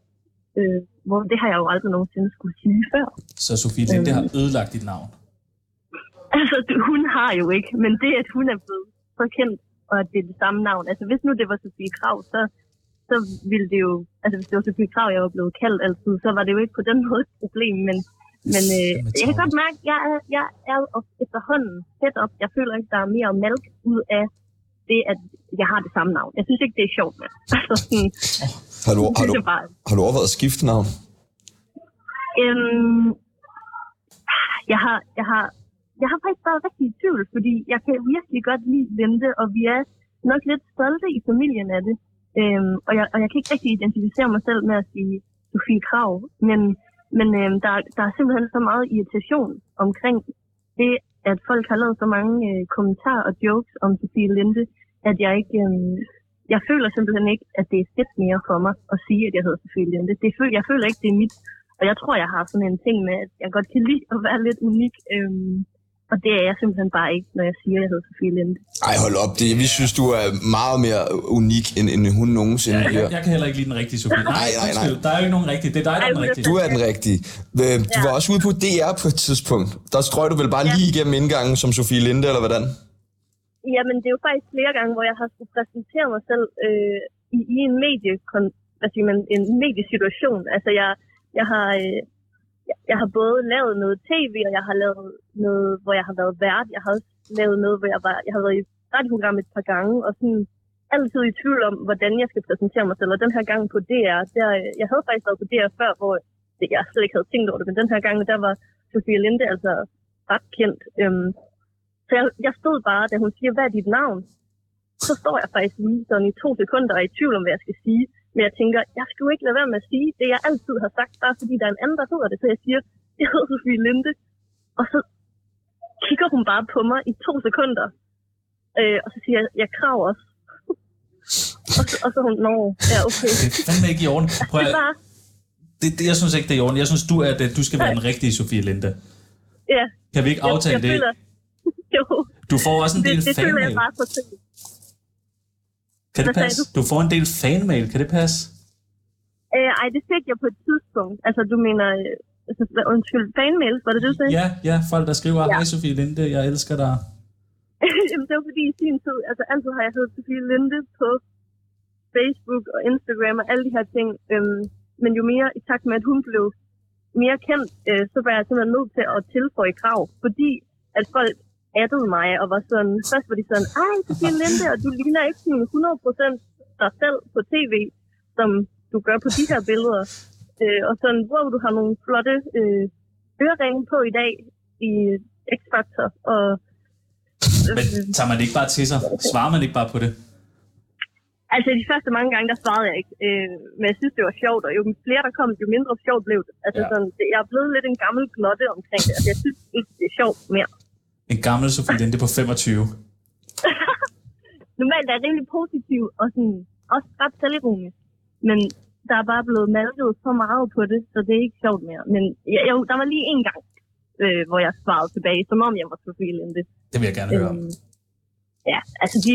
Speaker 16: øh, hvor det har jeg jo aldrig nogensinde skulle sige før.
Speaker 17: Så Sofie Linde har ødelagt dit navn.
Speaker 16: Øhm. Altså, det- hun har jo ikke, men det, at hun er blevet så kendt, og at det er det samme navn. Altså, hvis nu det var Sofie Krav, så, så ville det jo... Altså, hvis det var Sofie Krav, jeg var blevet kaldt altid, så var det jo ikke på den måde et problem, men... Men øh, jeg kan godt mærke, at jeg, er- jeg er op- efterhånden tæt op. Jeg føler ikke, der er mere mælk ud af det, at jeg har det samme navn. Jeg synes ikke, det er sjovt med. Altså, sådan,
Speaker 15: Har du, har du,
Speaker 16: det er bare,
Speaker 15: har du overvejet at skifte navn?
Speaker 16: Øhm, jeg, har, jeg, har, jeg har faktisk været rigtig i tvivl, fordi jeg kan virkelig godt lide Lente, og vi er nok lidt stolte i familien af det. Øhm, og, jeg, og jeg kan ikke rigtig identificere mig selv med at sige Sofie Krav, men, men øhm, der, er- der er simpelthen så meget irritation omkring det, at folk har lavet så mange øh, kommentarer og jokes om Sofie Lente, at jeg ikke... Øhm, jeg føler simpelthen ikke, at det er fedt mere for mig at sige, at jeg hedder Sofie Lente. Det føl- jeg føler ikke, det er mit og jeg tror, jeg har sådan en ting med, at jeg godt kan lide at være lidt unik. Øhm, og det er jeg simpelthen bare ikke, når jeg siger, at jeg hedder Sofie Linde.
Speaker 15: Ej, hold op. Det, vi synes, du er meget mere unik, end, end hun nogensinde
Speaker 17: Jeg, jeg,
Speaker 15: bliver.
Speaker 17: jeg kan heller ikke lide den rigtige Sofie. Nej,
Speaker 15: nej, nej.
Speaker 17: undskyld, Der er jo ikke nogen rigtig. Det er dig, der er den rigtige.
Speaker 15: Du er den rigtige. Øh, Du var også ude på DR på et tidspunkt. Der strøg du vel bare lige igennem indgangen som Sofie Linde, eller hvordan?
Speaker 16: Jamen, det er jo faktisk flere gange, hvor jeg har skulle præsentere mig selv øh, i, i en, medie, hvad siger man, en mediesituation. Altså, jeg, jeg har... Øh, jeg- jeg har både lavet noget tv, og jeg har lavet noget, hvor jeg har været vært. Jeg har også lavet noget, hvor jeg, var, jeg har været i et radioprogram et par gange, og sådan altid i tvivl om, hvordan jeg skal præsentere mig selv. Og den her gang på DR, der, øh, jeg havde faktisk været på DR før, hvor det, jeg slet ikke havde tænkt over det, men den her gang, der var Sofie Linde altså ret kendt. Øhm, så jeg, jeg stod bare, da hun siger, hvad er dit navn? Så står jeg faktisk lige sådan i to sekunder og er i tvivl om, hvad jeg skal sige. Men jeg tænker, jeg skal jo ikke lade være med at sige det, jeg altid har sagt, bare fordi der er en anden, der hedder det. Så jeg siger, det hedder Sofie Linde. Og så kigger hun bare på mig i to sekunder. Øh, og så siger jeg, jeg krav også. og, så, og så er hun, nå, ja, okay.
Speaker 17: Det er fandme ikke i orden. Prøv
Speaker 16: Det
Speaker 17: at,
Speaker 16: var,
Speaker 17: det, det, jeg synes ikke, det er i orden. Jeg synes, du, er, det, du skal være den rigtige Sofie Linde.
Speaker 16: ja.
Speaker 17: Kan vi ikke
Speaker 16: Jeg-
Speaker 17: aftale
Speaker 16: jeg
Speaker 17: det?
Speaker 16: føler- jo,
Speaker 17: Du får også en
Speaker 16: det,
Speaker 17: del
Speaker 16: det føler jeg
Speaker 17: fanmail.
Speaker 16: bare for sent.
Speaker 17: Kan det
Speaker 16: Hvad sagde
Speaker 17: passe? Du får en del fanmail. Kan det passe?
Speaker 16: Øh, ej, det fik jeg på et tidspunkt. Altså, du mener... øh, Altså, hva- undskyld, fanmails, var det det, du sagde?
Speaker 17: Ja, ja. Folk, der skriver, hej Sofie Linde, jeg elsker dig.
Speaker 16: Jamen, det var fordi i sin tid, altså altid har jeg heddet Sofie Linde på Facebook og Instagram og alle de her ting. Øhm, men jo mere i takt med, at hun blev mere kendt, øh, så var jeg simpelthen nødt til at tilføje krav, fordi at folk addede mig og var sådan, først var de sådan, ej, Sofie Linde, og du ligner ikke sådan 100% dig selv på tv, som du gør på de her billeder. Øh, og sådan, hvor du har nogle flotte øh, øreringe på i dag i X-Factor, og
Speaker 17: Men tager man det ikke bare til sig? Svarer man ikke bare på det?
Speaker 16: Altså de første mange gange, der svarede jeg ikke. Øh, men jeg synes, det var sjovt, og jo flere der kom, jo mindre sjovt blev det. Altså,
Speaker 17: Ja.
Speaker 16: ja. sådan, det- jeg er blevet lidt en gammel glotte omkring det. Altså, jeg synes ikke, det er sjovt mere.
Speaker 17: En gammel Sofie Linde på 25.
Speaker 16: Normalt er jeg rimelig positiv og sådan, også ret selvironisk. Men der er bare blevet malket så meget på det, så det er ikke sjovt mere. Men jeg, jeg, der var lige en gang, øh, hvor jeg svarede tilbage, som om jeg var Sofie Linde.
Speaker 17: Det vil jeg gerne høre om.
Speaker 16: Øhm, ja, altså de,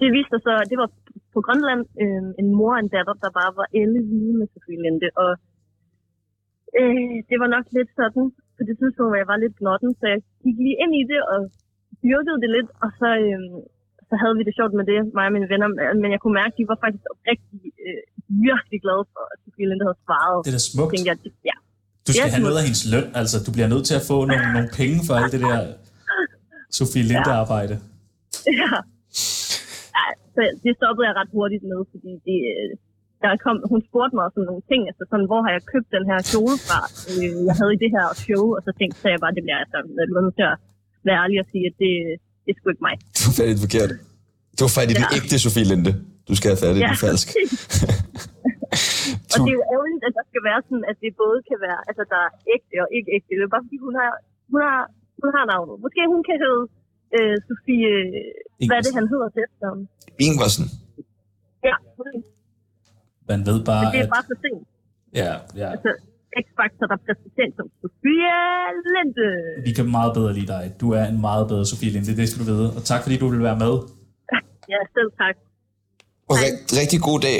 Speaker 16: det viste sig så, at det var på Grønland øhm, en mor og en datter, der bare var alle vilde med Sofie Linde, og øh, det var nok lidt sådan, på det tidspunkt, hvor jeg var lidt blotten, så jeg gik lige ind i det og dyrkede det lidt, og så, øhm, så så havde vi det sjovt med det, mig og mine venner. Men jeg kunne mærke, at de var faktisk oprigtig, øh, virkelig glade for, at Sofie Linde havde svaret.
Speaker 17: Det er da smukt.
Speaker 16: Tænkte jeg, det- ja.
Speaker 17: Du
Speaker 16: Det
Speaker 17: skal
Speaker 16: er
Speaker 17: have noget af
Speaker 16: smukt.
Speaker 17: hendes løn, altså. Du bliver nødt til at få nogle, nogle penge for alt det der Sofie Linde-arbejde.
Speaker 16: Ja. Ej, så det stoppede jeg ret hurtigt med, fordi det, øh, der kom, hun spurgte mig sådan nogle ting, altså sådan, hvor har jeg købt den her kjole fra, øh, jeg havde i det her show, og så tænkte så jeg bare, det bliver jeg sådan, jeg bliver nødt til at være ærlig og sige, at det, det er sgu ikke mig.
Speaker 15: Du er fat i det forkerte. Du er fat i ja. den ægte Sofie Linde. Du skal have fat i ja. den falske.
Speaker 16: og det er jo ærgerligt, at der skal være sådan, at det både kan være, altså der er ægte og ikke ægte. Det er bare fordi, hun har, hun har, hun har navnet. Måske hun kan hedde øh, Sofie, hvad er det, han hedder til efternavn?
Speaker 15: Ingvarsen.
Speaker 16: Ja,
Speaker 17: Man ved bare,
Speaker 16: men det
Speaker 17: at...
Speaker 16: er bare for sent.
Speaker 17: Ja, ja.
Speaker 16: Altså, X-Factor, der bliver præsenteret som Sofia Linde.
Speaker 17: Vi kan meget bedre lide dig. Du er en meget bedre Sofie Linde, det skal du vide. Og tak fordi du vil være med.
Speaker 16: Ja, selv tak.
Speaker 15: Og rigtig god dag.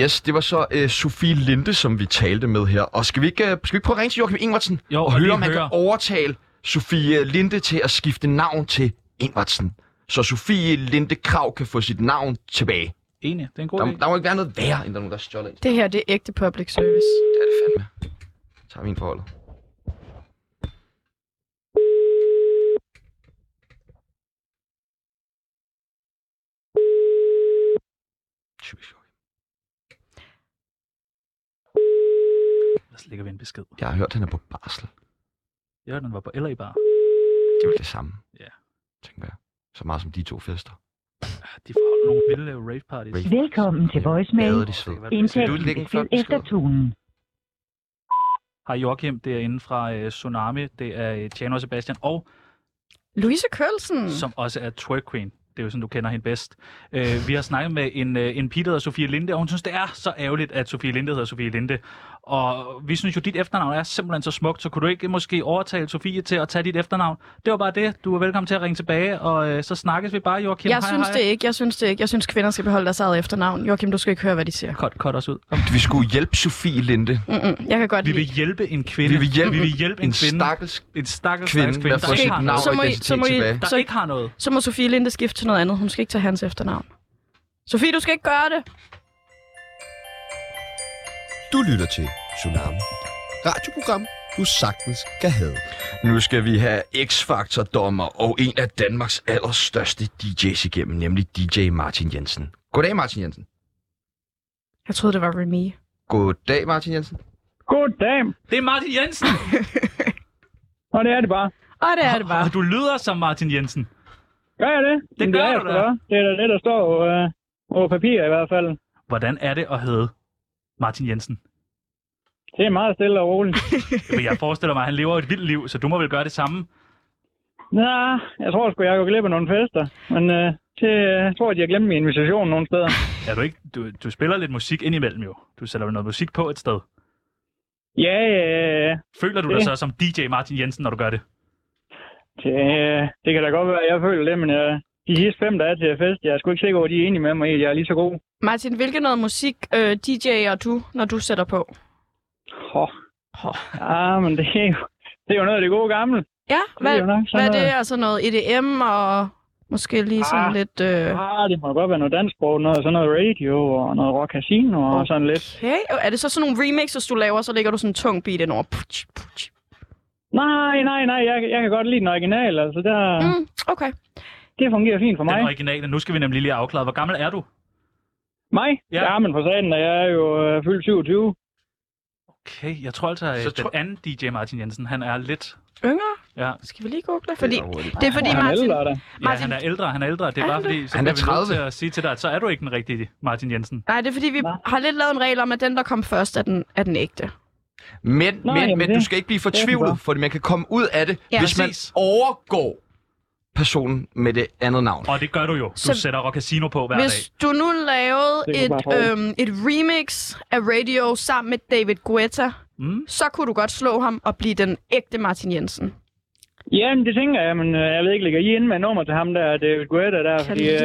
Speaker 1: Yes, det var så øh, Sofie Linde, som vi talte med her. Og skal vi ikke, øh, skal vi ikke prøve at ringe til Joachim Ingvartsen
Speaker 2: jo,
Speaker 1: og,
Speaker 2: og
Speaker 1: høre,
Speaker 2: lige
Speaker 1: om han
Speaker 2: høre.
Speaker 1: kan overtale Sofie Linde til at skifte navn til Ingvartsen? Så Sofie Linde Krav kan få sit navn tilbage.
Speaker 2: Enig, det er en god
Speaker 1: der,
Speaker 2: idé.
Speaker 1: der må ikke være noget værre, end der er nogen, der stjåler en.
Speaker 3: Det her, det er ægte public service.
Speaker 1: Så tager vi en forhold.
Speaker 2: Ellers lægger vi en besked.
Speaker 1: Jeg har hørt, han er på barsel.
Speaker 2: Ja, den var på eller i bar.
Speaker 1: Det er vel det samme.
Speaker 2: Ja.
Speaker 1: Tænker jeg. Så meget som de to fester.
Speaker 2: De får nogle vilde rave parties.
Speaker 18: Velkommen til voicemail.
Speaker 1: de sved.
Speaker 18: Indtægt
Speaker 2: Vil du lægge en flot
Speaker 18: efter tonen.
Speaker 2: Hej Joachim, det er inde fra øh, Tsunami, det er øh, Tjano og Sebastian, og
Speaker 3: Louise
Speaker 1: Mm.
Speaker 3: Kølsen.
Speaker 2: som også er twerk queen. Det er jo sådan, du kender hende bedst. Øh, vi har snakket med en, øh, en pige, der hedder Sofie Linde, og hun synes, det er så ærgerligt, at Sofie Linde hedder Sofie Linde. Og vi synes jo, dit efternavn er simpelthen så smukt, så kunne du ikke måske overtale Sofie til at tage dit efternavn? Det var bare det. Du er velkommen til at ringe tilbage, og øh, så snakkes vi bare, Joachim.
Speaker 3: jeg
Speaker 2: hej,
Speaker 3: synes
Speaker 2: hej.
Speaker 3: det ikke, jeg synes det ikke. Jeg synes, kvinder skal beholde deres eget efternavn. Joachim, du skal ikke høre, hvad de siger.
Speaker 2: Cut, cut os ud.
Speaker 1: Vi skulle hjælpe Sofie Linde.
Speaker 3: Mm-mm, jeg kan godt
Speaker 2: Vi
Speaker 3: lide.
Speaker 2: vil hjælpe en kvinde.
Speaker 1: Vi vil hjælpe
Speaker 2: vi vil hjælpe en,
Speaker 1: Mm. en
Speaker 2: kvinde.
Speaker 1: stakkels
Speaker 2: en stakkels
Speaker 1: kvinde
Speaker 2: kvinde, kvinde
Speaker 1: med
Speaker 2: der
Speaker 1: at få
Speaker 2: ikke
Speaker 1: sit
Speaker 2: har
Speaker 1: navn
Speaker 2: noget.
Speaker 1: og Så må I- identitet så må I- tilbage.
Speaker 2: Der
Speaker 3: så-
Speaker 2: ikke har noget.
Speaker 3: Så må Sofie Linde skifte til noget andet. Hun skal ikke tage hans efternavn. Sofie, du skal ikke gøre det.
Speaker 4: Du lytter til Tsunami. Radioprogram, du sagtens kan have.
Speaker 1: Nu skal vi have X-Factor-dommer og en af Danmarks allerstørste DJ's igennem, nemlig DJ Martin Jensen. Goddag, Martin Jensen.
Speaker 3: Jeg troede, det var Remy.
Speaker 1: Goddag, Martin Jensen.
Speaker 19: Goddag.
Speaker 2: Det er Martin Jensen.
Speaker 19: Og det er det bare.
Speaker 3: Og det er det bare.
Speaker 2: Og du lyder som Martin Jensen.
Speaker 19: Gør jeg det?
Speaker 2: Det
Speaker 19: Men
Speaker 2: gør
Speaker 19: er
Speaker 2: du
Speaker 19: jeg sgu
Speaker 2: da.
Speaker 19: da. Det er da det, der står øh, på papir i hvert fald.
Speaker 2: Hvordan er det at hedde Martin Jensen?
Speaker 19: Det er meget stille og roligt.
Speaker 2: Men jeg forestiller mig, at han lever et vildt liv, så du må vel gøre det samme.
Speaker 19: Nå, jeg tror sgu, jeg går glip af nogle fester. Men øh, det, øh, jeg tror, at jeg glemte min invitation nogle steder.
Speaker 2: Er du ikke? Du, du spiller lidt musik indimellem jo. Du sætter jo noget musik på et sted.
Speaker 19: Ja, ja, ja.
Speaker 2: Føler du dig
Speaker 19: Det-
Speaker 2: så som DJ Martin Jensen, når du gør det?
Speaker 19: Det, øh, det kan da godt være, at jeg føler det, men øh, de sidste fem, der er til fest, jeg er sgu ikke sikker over, at de er enige med mig i, at jeg er lige så god.
Speaker 3: Martin, hvilken noget musik øh, DJ'er du, når du sætter på?
Speaker 19: Åh. Ja, men det er, jo, det er jo noget af det gode gamle.
Speaker 3: Ja, hvad,
Speaker 19: jo nok
Speaker 3: hvad
Speaker 19: sådan
Speaker 3: er det?
Speaker 19: noget.
Speaker 3: Altså noget EDM og måske lige sådan
Speaker 19: Ah.
Speaker 3: lidt... Øh...
Speaker 19: Ah, det må godt være noget dansbrug, noget, sådan noget radio og noget rock casino og okay. sådan lidt.
Speaker 3: Okay, og er det så sådan nogle remixes, du laver, så lægger du sådan en tung beat ind over? Putsch, putsch.
Speaker 19: Nej, nej, nej, jeg, jeg kan godt lide den originale, altså der, mm.
Speaker 3: Okay.
Speaker 19: det fungerer fint for mig.
Speaker 2: Den originale. Nu skal vi nemlig lige afklare, hvor gammel er du?
Speaker 19: Mig? Ja. ja, men for satan, og jeg er jo øh, fyldt 27.
Speaker 2: Okay, jeg tror altså, at den anden DJ Martin Jensen, han er lidt...
Speaker 3: Yngre?
Speaker 2: Ja.
Speaker 3: Skal vi lige google? Fordi,
Speaker 2: hurtigt.
Speaker 3: det er fordi,
Speaker 2: Han er
Speaker 3: Martin...
Speaker 2: ældre,
Speaker 19: Martin...
Speaker 2: Ja, han er ældre, han er ældre. Det er
Speaker 3: Er
Speaker 2: bare
Speaker 3: han
Speaker 2: fordi,
Speaker 3: det?
Speaker 2: så
Speaker 3: Han
Speaker 2: bliver
Speaker 3: er
Speaker 2: vi nødt
Speaker 3: 30.
Speaker 2: til at sige til dig, at så er du ikke den rigtige Martin Jensen.
Speaker 3: Nej, det er fordi, vi har lidt lavet en regel om, at den, der kom først, er den, er den ægte.
Speaker 1: Men,
Speaker 3: Nå,
Speaker 1: Nå, men,
Speaker 3: jamen
Speaker 1: men
Speaker 3: det-
Speaker 1: du skal ikke blive
Speaker 3: det er
Speaker 1: fortvivlet,
Speaker 3: godt.
Speaker 1: for man kan komme ud af det,
Speaker 3: Ja.
Speaker 1: ja, hvis man
Speaker 3: Præcis.
Speaker 1: overgår personen med det andet navn.
Speaker 2: Og det gør du jo. Du
Speaker 3: Så-
Speaker 2: sætter Rock Casino på hver
Speaker 3: Hvis
Speaker 2: dag.
Speaker 3: du nu lavede
Speaker 2: Det
Speaker 3: et,
Speaker 2: kunne være hårdt.
Speaker 3: øhm, et remix af Radio sammen med David Guetta,
Speaker 2: mm.
Speaker 3: så kunne du godt slå ham og blive den ægte Martin Jensen.
Speaker 19: Jamen, det tænker jeg, men øh, jeg ved ikke, ligger I inde med nummer til ham der, David Guetta der, fordi øh,
Speaker 1: Jeg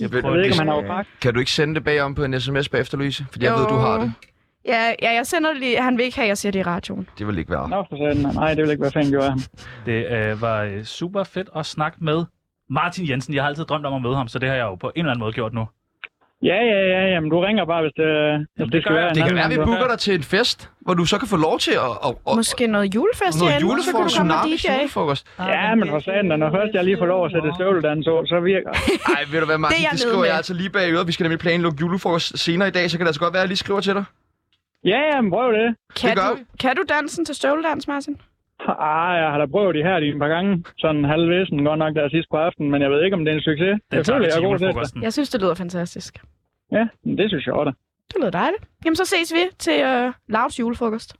Speaker 19: jeg ved ikke, om han har jo
Speaker 1: kan,
Speaker 19: bragt.
Speaker 1: kan du ikke sende det bagom på en sms bagefter, Louise? Fordi jeg ved, du har det.
Speaker 3: Ja, ja, jeg sender det lige. Han vil ikke have, at jeg siger det i radioen.
Speaker 1: Det vil ikke være.
Speaker 19: Nå, for satan, nej, det vil ikke være fanden, jo af ham.
Speaker 2: Det øh, var øh, super fedt at snakke med Martin Jensen, jeg har altid drømt om at møde ham, så det har jeg jo på en eller anden måde gjort nu.
Speaker 19: Ja, ja, ja, jamen, du ringer bare, hvis det, øh, hvis det skal være. en
Speaker 1: Det kan
Speaker 19: anden
Speaker 1: være, vi
Speaker 19: gang, du-
Speaker 1: booker dig til en fest, hvor du så kan få lov til at... at, at
Speaker 3: Måske noget julefest herinde,
Speaker 1: noget
Speaker 3: så kan du
Speaker 1: julefrokost,
Speaker 3: komme og
Speaker 1: tsunamis,
Speaker 3: DJ.
Speaker 1: julefrokost.
Speaker 19: Ja, men for satan, da, når først jeg lige får lov at sætte støvledans på, så virker
Speaker 1: Ej, ved du hvad, Martin,
Speaker 3: Det
Speaker 1: det,
Speaker 3: er jeg
Speaker 1: det
Speaker 3: nede
Speaker 1: skriver
Speaker 3: med.
Speaker 1: jeg altså lige bag øret. Vi skal nemlig planlægge julefrokost senere i dag, så kan det altså godt være, at jeg lige skriver til dig.
Speaker 19: Ja, ja, men prøv det.
Speaker 3: Kan
Speaker 1: det gør
Speaker 3: du,
Speaker 1: vi. Mm.
Speaker 3: kan du dansen til støvledans, Martin?
Speaker 19: Ah, jeg har da prøvet det her et par gange. Sådan halvvæsen godt nok der sidst på aftenen, men jeg ved ikke, om det er en succes.
Speaker 2: tager vi
Speaker 19: Selvfølgelig er
Speaker 2: til
Speaker 19: jeg god til
Speaker 2: julefrokosten.
Speaker 19: det.
Speaker 3: Jeg synes, det lyder fantastisk.
Speaker 19: Ja, men det synes jeg også da.
Speaker 3: Det lyder dejligt. Jamen, så ses vi til øh, Lauts julefrokost.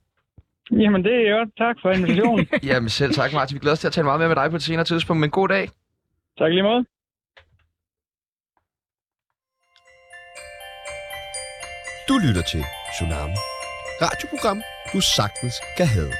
Speaker 19: Jamen, det er godt. Tak for invitationen.
Speaker 1: Jamen selv tak, Martin. Vi glæder os til at tale meget mere med dig på et senere tidspunkt, men god dag.
Speaker 19: Tak lige måde.
Speaker 4: Du lytter til Tsunami. Radioprogram, du sagtens kan have.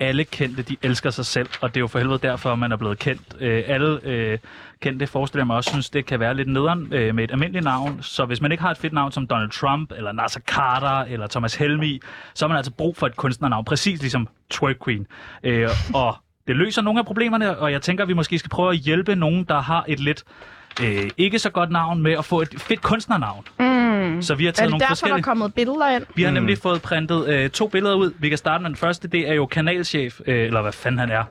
Speaker 2: alle kendte, de elsker sig selv, og det er jo for helvede derfor, man er blevet kendt. Øh, alle øh, kendte forestiller jeg mig også, synes, det kan være lidt nederen øh, med et almindeligt navn. Så hvis man ikke har et fedt navn som Donald Trump, eller Nasser Carter, eller Thomas Helmi, så har man altså brug for et kunstnernavn, præcis ligesom Twerk Queen. Øh, og det løser nogle af problemerne, og jeg tænker, at vi måske skal prøve at hjælpe nogen, der har et lidt øh, ikke så godt navn, med at få et fedt kunstnernavn.
Speaker 3: Mm.
Speaker 2: Så vi har
Speaker 3: er
Speaker 2: taget
Speaker 3: det
Speaker 2: nogle
Speaker 3: derfor, der
Speaker 2: forskellige-
Speaker 3: er kommet billeder ind?
Speaker 1: Mm.
Speaker 2: Vi har nemlig fået printet øh, to billeder ud. Vi kan starte med den første. Det er jo kanalchef, øh, eller hvad fanden han er.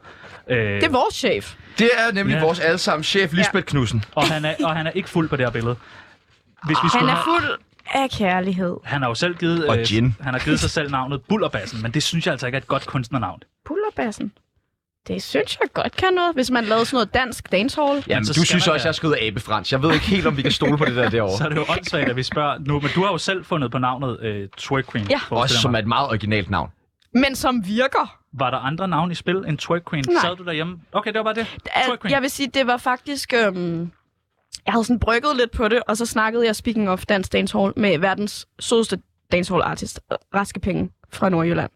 Speaker 2: Øh,
Speaker 3: Det er vores chef.
Speaker 1: Det er nemlig
Speaker 2: Ja.
Speaker 1: ja. vores allesammen chef, Lisbeth ja. Knudsen.
Speaker 2: og, han er, og han er ikke fuld på det her billede. Hvis
Speaker 3: Han
Speaker 2: skulle
Speaker 3: er
Speaker 2: have-
Speaker 3: fuld af kærlighed.
Speaker 2: Han har jo selv givet, øh,
Speaker 1: Og gin.
Speaker 2: han har givet sig selv navnet Bullerbassen, men det synes jeg altså ikke er et godt kunstnernavn.
Speaker 3: Pullerbassen. Det synes jeg godt kan noget, hvis man lavede sådan noget dansk dancehall.
Speaker 1: Jamen,
Speaker 2: så
Speaker 1: du
Speaker 2: skal
Speaker 1: synes
Speaker 2: man
Speaker 1: også,
Speaker 2: være-
Speaker 1: jeg skal ud af abefrans. Jeg ved ikke helt, om vi kan stole på det der derovre.
Speaker 2: Så er det jo åndssvagt, at vi spørger nu, men du har jo selv fundet på navnet øh, Twerk Queen.
Speaker 3: Ja.
Speaker 2: forestiller
Speaker 1: Også
Speaker 2: jeg
Speaker 1: som
Speaker 2: mig.
Speaker 1: er et meget originalt navn.
Speaker 3: Men som virker.
Speaker 2: Var der andre navne i spil end Twerk Queen?
Speaker 3: Nej.
Speaker 2: Sad du derhjemme? Okay, det var bare det. Twerk
Speaker 3: At,
Speaker 2: Queen.
Speaker 3: jeg vil sige, det var faktisk... Øhm, jeg havde sådan brygget lidt på det, og så snakkede jeg, speaking of dansk dancehall, med verdens sødeste dancehall-artist, Raske Penge fra Nordjylland.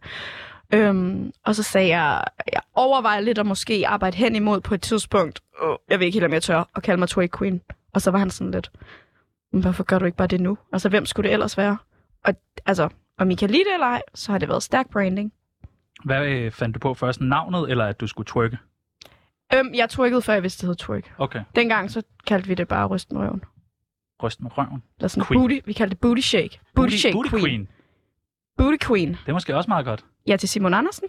Speaker 3: Øhm, og så sagde jeg, jeg overvejer lidt at måske arbejde hen imod på et tidspunkt. Øh, Jeg ved ikke helt, om jeg tør at kalde mig Twerk Queen. Og så var han sådan lidt, "Men hvorfor gør du ikke bare det nu? Altså, hvem skulle det ellers være? Og altså, om I kan lide det eller ej, så har det været stærk branding.
Speaker 2: Hvad øh, fandt du på først? Navnet, eller at du skulle twerke?
Speaker 3: Øhm, jeg twerkede, før jeg vidste, det hed twerk.
Speaker 2: Okay,
Speaker 3: Dengang så kaldte vi det bare rysten røven.
Speaker 2: ryst med røven.
Speaker 3: Eller sådan
Speaker 2: Queen.
Speaker 3: booty, vi kaldte det booty shake. Booty, booty shake
Speaker 2: booty
Speaker 3: queen.
Speaker 2: queen.
Speaker 3: queen. Booty queen.
Speaker 2: Det er måske også meget godt.
Speaker 3: Ja, til Simon Andersen.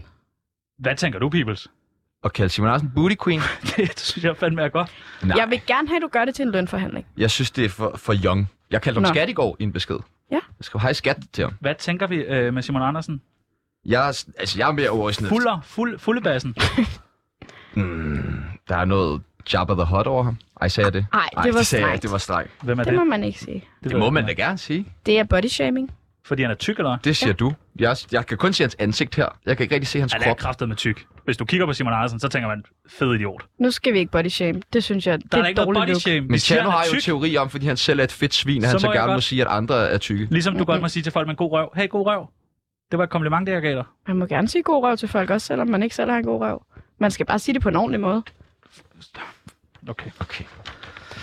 Speaker 2: Hvad tænker du, Peoples?
Speaker 1: Og kalde Simon Andersen Booty Queen?
Speaker 2: det synes jeg fandme er godt.
Speaker 1: Nej,
Speaker 3: Jeg vil gerne have, at du gør det til en lønforhandling.
Speaker 1: jeg synes, det er for, for young. Jeg kaldte ham
Speaker 3: Nå.
Speaker 1: skat i går i en besked.
Speaker 3: Ja.
Speaker 1: Jeg skrev hej skat til ham.
Speaker 2: Hvad tænker vi øh, med Simon Andersen?
Speaker 1: Jeg, er s- altså, jeg er mere over i sådan noget.
Speaker 2: Fuller, fuld, fuldebassen.
Speaker 1: Mm, der er noget Jabba the Hutt over ham. Ej, sagde jeg det?
Speaker 3: Ej, det var
Speaker 1: det sagde jeg
Speaker 3: strengt.
Speaker 1: ikke. Det var strengt.
Speaker 2: Hvem er
Speaker 3: Det,
Speaker 2: det?
Speaker 3: må man ikke sige.
Speaker 2: ved
Speaker 1: Det må
Speaker 2: jeg
Speaker 1: man da
Speaker 2: ikke.
Speaker 1: gerne sige.
Speaker 3: Det er body shaming.
Speaker 2: Fordi han er tyk, eller hvad?
Speaker 1: Det siger ja. du. Jeg, jeg kan kun se hans ansigt her. Jeg kan ikke rigtig se hans
Speaker 2: Han er
Speaker 1: krop.
Speaker 2: kraftet med tyk. Hvis du kigger på Simon Andersen, så tænker man, fed idiot. Der
Speaker 3: Nu skal vi ikke body shame. Det synes jeg, det
Speaker 2: er,
Speaker 3: er,
Speaker 2: da
Speaker 3: et
Speaker 2: ikke noget
Speaker 3: dårligt
Speaker 2: body
Speaker 3: look.
Speaker 2: shame.
Speaker 1: Men
Speaker 2: Vi siger,
Speaker 1: Tjerno
Speaker 2: han
Speaker 1: har
Speaker 2: er
Speaker 1: jo en
Speaker 2: tyk,
Speaker 1: teori om, fordi han selv er et fedt svin, at
Speaker 2: Så
Speaker 1: han så
Speaker 2: må jeg
Speaker 1: gerne må
Speaker 2: godt-
Speaker 1: sige, at andre er tykke.
Speaker 2: ligesom du godt må sige til folk med en god røv. Hey, god røv. Det var et kompliment, det jeg gav dig.
Speaker 3: Man må gerne sige god røv til folk, også selvom man ikke selv har en god røv. Man skal bare sige det på en ordentlig måde.
Speaker 2: Okay.
Speaker 1: okay.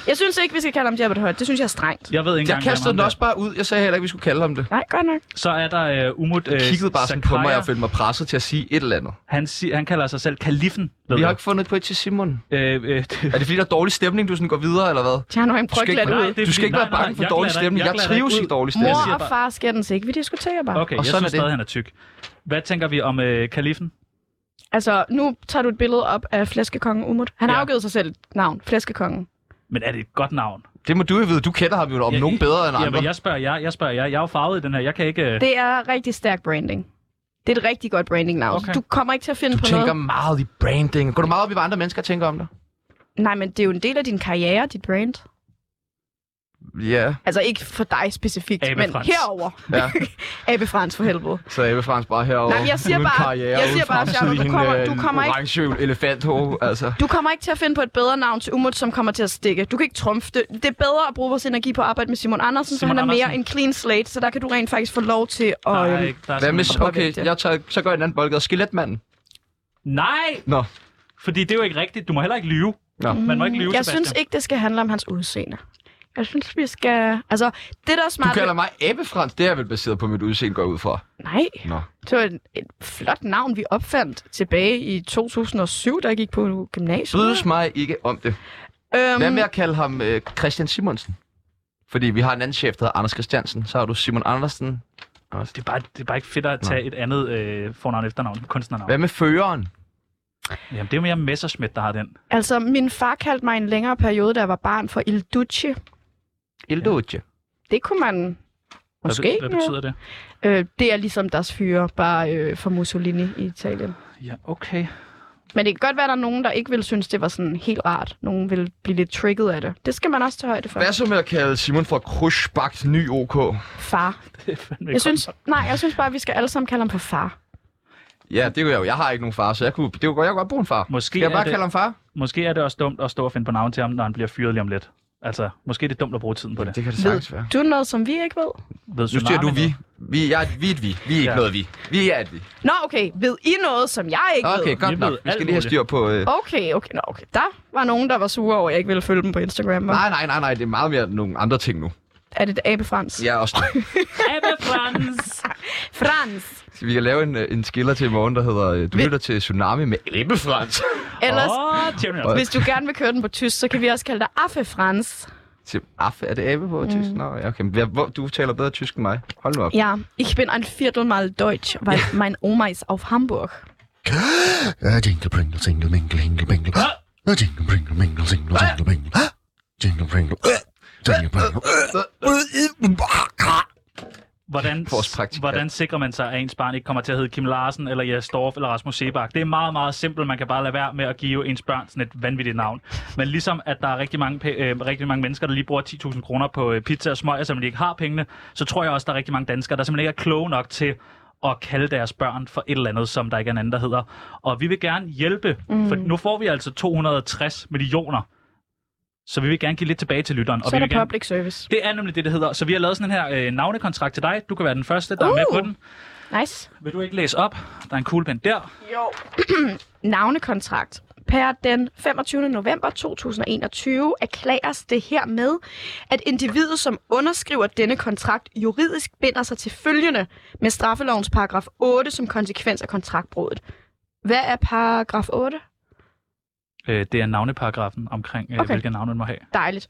Speaker 3: Jeg synes ikke, vi skal kalde ham Jabba the Hutt. Det synes jeg er strengt.
Speaker 2: Jeg ved ikke
Speaker 1: Jeg
Speaker 2: engang, hvem
Speaker 1: kastede
Speaker 2: ham
Speaker 1: den
Speaker 2: der-
Speaker 1: også bare ud. Jeg sagde heller ikke, vi skulle kalde ham det.
Speaker 3: Nej, godt nok.
Speaker 2: Så er der uh, Umut uh,
Speaker 1: Jeg kiggede bare sådan på mig og følte mig presset til at sige et eller andet.
Speaker 2: han, si- han kalder sig selv kalifen. ved
Speaker 1: Vi
Speaker 2: jeg.
Speaker 1: har ikke fundet på et til Simon.
Speaker 2: Øh, øh,
Speaker 1: Er det fordi, der er dårlig stemning, du sådan går videre, eller hvad?
Speaker 3: Tjerno, han
Speaker 1: Du skal
Speaker 3: prøver
Speaker 1: ikke,
Speaker 3: ikke ud.
Speaker 2: det er
Speaker 1: du skal
Speaker 2: fordi-
Speaker 1: ikke være
Speaker 2: nej, nej,
Speaker 1: bange for
Speaker 2: jeg
Speaker 1: dårlig
Speaker 2: glatter ikke-
Speaker 1: stemning.
Speaker 2: jeg
Speaker 1: Jeg
Speaker 2: glatter
Speaker 1: trives
Speaker 2: ikke
Speaker 1: i
Speaker 2: ud.
Speaker 1: dårlig stemning.
Speaker 2: siger
Speaker 3: Mor og
Speaker 2: bare-
Speaker 3: far skændes ikke. Vi diskuterer bare.
Speaker 2: Okay,
Speaker 1: Og
Speaker 2: jeg
Speaker 1: sådan
Speaker 2: synes
Speaker 1: er det.
Speaker 2: stadig, han er tyk. Hvad tænker vi om øh, kalifen?
Speaker 3: Altså, nu tager du et billede op af Flæskekongen Umut. Han har
Speaker 2: Ja.
Speaker 3: ja. afgivet sig selv et navn, Flæskekongen.
Speaker 2: Men er det et godt navn?
Speaker 1: Det må du jo vide. Du kender ham jo om
Speaker 2: Ja,
Speaker 1: nogen
Speaker 2: i-
Speaker 1: bedre end
Speaker 2: Jamen,
Speaker 1: andre.
Speaker 2: jeg spørger jer, jeg spørger jer. Jeg er jo farvet i den her. Jeg kan ikke... øh,
Speaker 3: Det er rigtig stærk branding. Det er et rigtig godt branding-navn.
Speaker 2: Okay.
Speaker 3: Okay. Du kommer ikke til at finde
Speaker 1: Du
Speaker 3: på
Speaker 1: tænker
Speaker 3: noget.
Speaker 1: meget i branding. Går du meget op i, hvad andre mennesker tænker om dig?
Speaker 3: Nej, men det er jo en del af din karriere, dit brand.
Speaker 1: Ja,
Speaker 3: Altså ikke for dig specifikt,
Speaker 1: Abe
Speaker 3: men
Speaker 1: Frans.
Speaker 3: herover.
Speaker 1: ja.
Speaker 3: Abe Frans for helvede.
Speaker 1: Så er Ebbe Frans bare herovre.
Speaker 3: Nej, men jeg siger
Speaker 1: uden
Speaker 3: bare-
Speaker 1: karriere,
Speaker 3: jeg
Speaker 1: uden
Speaker 3: siger bare,
Speaker 1: fremtid
Speaker 3: Jarno,
Speaker 1: i
Speaker 3: du
Speaker 1: en,
Speaker 3: kommer-
Speaker 1: øh,
Speaker 3: du kommer ikke-
Speaker 1: orange elefanthove, altså.
Speaker 3: Du kommer ikke til at finde på et bedre navn til Umut, som kommer til at stikke. Du kan ikke trumfe det. Det er bedre at bruge vores energi på at arbejde med Simon Andersen, Simon
Speaker 2: Simon
Speaker 3: så han er mere
Speaker 2: Andersen.
Speaker 3: en clean slate, så der kan du rent faktisk få lov til at...
Speaker 2: der er
Speaker 3: øhm,
Speaker 2: ikke- der er
Speaker 1: Hvad
Speaker 2: simpelthen-
Speaker 1: hvis, okay, jeg tager, så går jeg en anden boldgade. Skeletmanden.
Speaker 2: Nej!
Speaker 1: Nå.
Speaker 2: Fordi det er jo ikke rigtigt. Du må heller ikke lyve.
Speaker 1: Nå.
Speaker 2: Man må ikke lyve,
Speaker 3: Mm, jeg
Speaker 2: Sebastian.
Speaker 3: synes ikke, det skal handle om hans udseende. Jeg synes, vi skal... Altså, det der er
Speaker 1: Du
Speaker 3: smart...
Speaker 1: kalder mig Ebbe Frans. Det er vel baseret på mit udseende, går jeg ud fra.
Speaker 3: Nej,
Speaker 1: Nå.
Speaker 3: det var et, et flot navn, vi opfandt tilbage i 2007, da jeg gik på gymnasiet.
Speaker 1: Brydes mig ikke om det.
Speaker 3: Øhm,
Speaker 1: Hvad med at kalde ham øh, Christian Simonsen? Fordi vi har en anden chef, der hedder Anders Christiansen. Så har du Simon Andersen.
Speaker 2: Det er bare, det er bare ikke fedt at tage et andet øh, fornavn efternavn, kunstnernavn.
Speaker 1: Hvad med føreren?
Speaker 2: Jamen, det er jo mere Messerschmidt, der har den.
Speaker 3: Altså, min far kaldte mig en længere periode, da jeg var barn, for Il Duce.
Speaker 1: Il Duce.
Speaker 3: Det kunne man måske.
Speaker 2: Hvad, hvad betyder det?
Speaker 3: ja. Øh, det er ligesom deres fyre, bare øh, for Mussolini i Italien.
Speaker 2: Ja, okay.
Speaker 3: Men det kan godt være, at der er nogen, der ikke vil synes, det var sådan helt rart. Nogen vil blive lidt trigget af det. Det skal man også tage højde for.
Speaker 1: Hvad så med at kalde Simon for Krushbagt Ny OK?
Speaker 3: Far. Jeg synes, nej, jeg synes bare, at vi skal alle sammen kalde ham for far.
Speaker 1: Ja, det kunne jeg jo. Jeg har ikke nogen far, så jeg kunne, det kunne godt- jeg kunne godt bruge en far.
Speaker 2: Måske
Speaker 1: Skal jeg
Speaker 2: er
Speaker 1: bare
Speaker 2: det-
Speaker 1: kalde ham far?
Speaker 2: Måske er det også dumt at stå og finde på navn til ham, når han bliver fyret lige om lidt. Altså, måske er det dumt at bruge tiden på det.
Speaker 1: Det kan det
Speaker 3: sagtens
Speaker 1: være.
Speaker 3: Du er noget, som vi ikke ved.
Speaker 2: Ved
Speaker 1: Nu siger du
Speaker 2: tsunami
Speaker 1: vi. Vi, jeg, er et- vi er et vi. Vi er ikke
Speaker 2: Ja.
Speaker 1: ja. noget vi. Vi er et vi.
Speaker 3: Nå, okay. Ved I noget, som jeg ikke ved?
Speaker 1: Okay, godt nok. Vi skal lige have styr på... Øh...
Speaker 3: Okay, okay, nå, okay. Der var nogen, der var sure over, at jeg ikke ville følge dem på Instagram. Var.
Speaker 1: Nej, nej, nej, nej. Det er meget mere nogle andre ting nu.
Speaker 3: Er det et abefrans?
Speaker 1: Ja, også
Speaker 3: Abbe Frans! Frans!
Speaker 1: Vi kan lave en, øh, en skiller til i morgen, der hedder øh, Du lytter til Tsunami med Ebbe Frans.
Speaker 3: Ellers,
Speaker 2: Åh, tjener
Speaker 1: jeg.
Speaker 3: oh, hvis du gerne vil køre den på tysk, så kan vi også kalde dig Affe Frans.
Speaker 1: Til Affe, er det Abe på
Speaker 3: Mm.
Speaker 1: tysk? Nå, ja, okay. Men Hvad, hvor, du taler bedre tysk end mig. Hold nu op.
Speaker 3: Ja, ich bin ein Viertel mal Deutsch, weil mein Oma ist auf Hamburg.
Speaker 20: Ah, jingle pringle, single mingle, hingle bingle. Ah, jingle pringle, mingle, single, single bingle. Ah, jingle pringle. Ah, jingle pringle.
Speaker 2: Hvordan, hvordan sikrer man sig, at ens barn ikke kommer til at hedde Kim Larsen, eller Jes Dorf, eller Rasmus Sebak? Det er meget, meget simpelt. Man kan bare lade være med at give ens børn sådan et vanvittigt navn. Men ligesom at der er rigtig mange, pe- øh, rigtig mange mennesker, der lige bruger 10.000 kroner på øh, pizza og smøger, som de ikke har pengene, så tror jeg også, der er rigtig mange danskere, der simpelthen ikke er kloge nok til at kalde deres børn for et eller andet, som der ikke er en anden, der hedder. Og vi vil gerne hjælpe, mm. for
Speaker 3: Mm.
Speaker 2: nu får vi altså 260 millioner. Så vi vil gerne give lidt tilbage til lytteren.
Speaker 3: Så er
Speaker 2: vi
Speaker 3: der
Speaker 2: vil gerne...
Speaker 3: public service.
Speaker 2: Det er nemlig det, det hedder. Så vi har lavet sådan en her øh, navnekontrakt til dig. Du kan være den første, der uh. er med på den.
Speaker 3: Nice.
Speaker 2: Vil du ikke læse op? Der er en kuglepen der.
Speaker 3: Jo. Navnekontrakt. Per den 25. november 2021 erklæres det hermed, at individet, som underskriver denne kontrakt, juridisk binder sig til følgende med straffelovens paragraf 8 som konsekvens af kontraktbruddet. Hvad er paragraf 8?
Speaker 2: Øh, det er navneparagrafen omkring, øh,
Speaker 3: Okay.
Speaker 2: okay. hvilke navne man må have.
Speaker 3: Dejligt.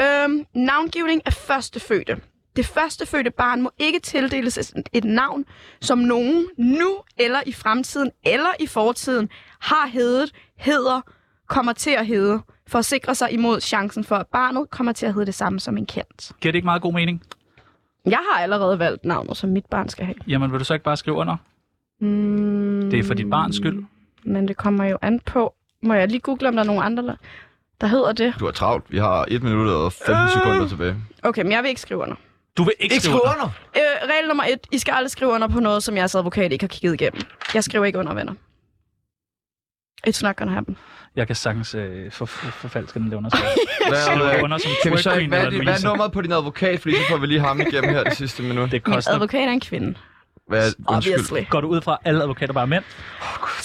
Speaker 3: Øhm, navngivning af førstefødte. Det førstefødte barn må ikke tildeles et- et navn, som nogen nu eller i fremtiden eller i fortiden har hedet, hedder, kommer til at hedde, for at sikre sig imod chancen for, at barnet kommer til at hedde det samme som en kendt.
Speaker 2: Giver det ikke meget god mening?
Speaker 3: Jeg har allerede valgt navnet, som mit barn skal have.
Speaker 2: Jamen, vil du så ikke bare skrive under?
Speaker 3: Mm,
Speaker 2: Det er for dit barns skyld.
Speaker 3: Men det kommer jo an på. Må jeg lige google, om der er nogen andre, der- der hedder det?
Speaker 1: Du har travlt. Vi har 1 minut og 15 øh. sekunder tilbage.
Speaker 3: Okay, men jeg vil ikke skrive under.
Speaker 2: Du vil ikke,
Speaker 1: Ikke skrive skrive under?
Speaker 3: Øh, regel nummer et. I skal aldrig skrive under på noget, som jeg som advokat ikke har kigget igennem. Jeg skriver ikke under, venner. It's not gonna happen.
Speaker 2: Jeg kan sagtens øh, for, for, forfalske den der underskrift.
Speaker 1: Hvad,
Speaker 2: Skrive
Speaker 1: øh,
Speaker 2: under som
Speaker 1: kan vi
Speaker 2: twerk
Speaker 1: så
Speaker 2: queen
Speaker 1: ikke, hvad, er
Speaker 2: eller
Speaker 1: det, hvad er
Speaker 2: Louise.
Speaker 1: nummeret på din advokat? Fordi så får vi lige ham igennem her det sidste minut.
Speaker 2: Det
Speaker 3: Min advokat er en kvinde.
Speaker 1: Hvad, undskyld.
Speaker 3: Obviously.
Speaker 2: Går du ud fra, at alle advokater bare er mænd?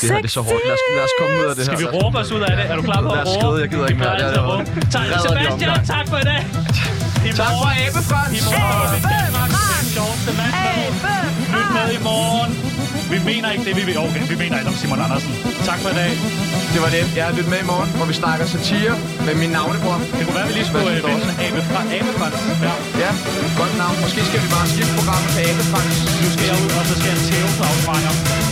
Speaker 1: Det her det er så hårdt. Lad os, lad os komme ud af det her.
Speaker 2: Skal vi råbe os ud af det? Er du klar på at
Speaker 1: Lad os
Speaker 2: råbe?
Speaker 1: skride, jeg gider ikke mere.
Speaker 2: Ja, det er råbe. Tak,
Speaker 1: Redder de
Speaker 2: Sebastian.
Speaker 1: omgang.
Speaker 2: Tak for i dag. I
Speaker 1: Tak for
Speaker 2: morgen-
Speaker 1: Abefrans.
Speaker 2: I morgen er det Danmarks sjoveste mand. Lyt med i morgen. Vi mener ikke det, vi vil. Okay, vi mener ikke om Simon Andersen. Tak for i dag.
Speaker 1: Det var det. Jeg er lidt med i morgen, hvor vi snakker satire med min navnebror.
Speaker 2: Det kunne være, vi lige skulle øh, vinde Abe fra Abe fra ja.
Speaker 1: ja, godt navn. Måske skal vi bare skifte programmet til Abefrans.
Speaker 2: Nu skal jeg ud, og så skal jeg tæve Claus Meier.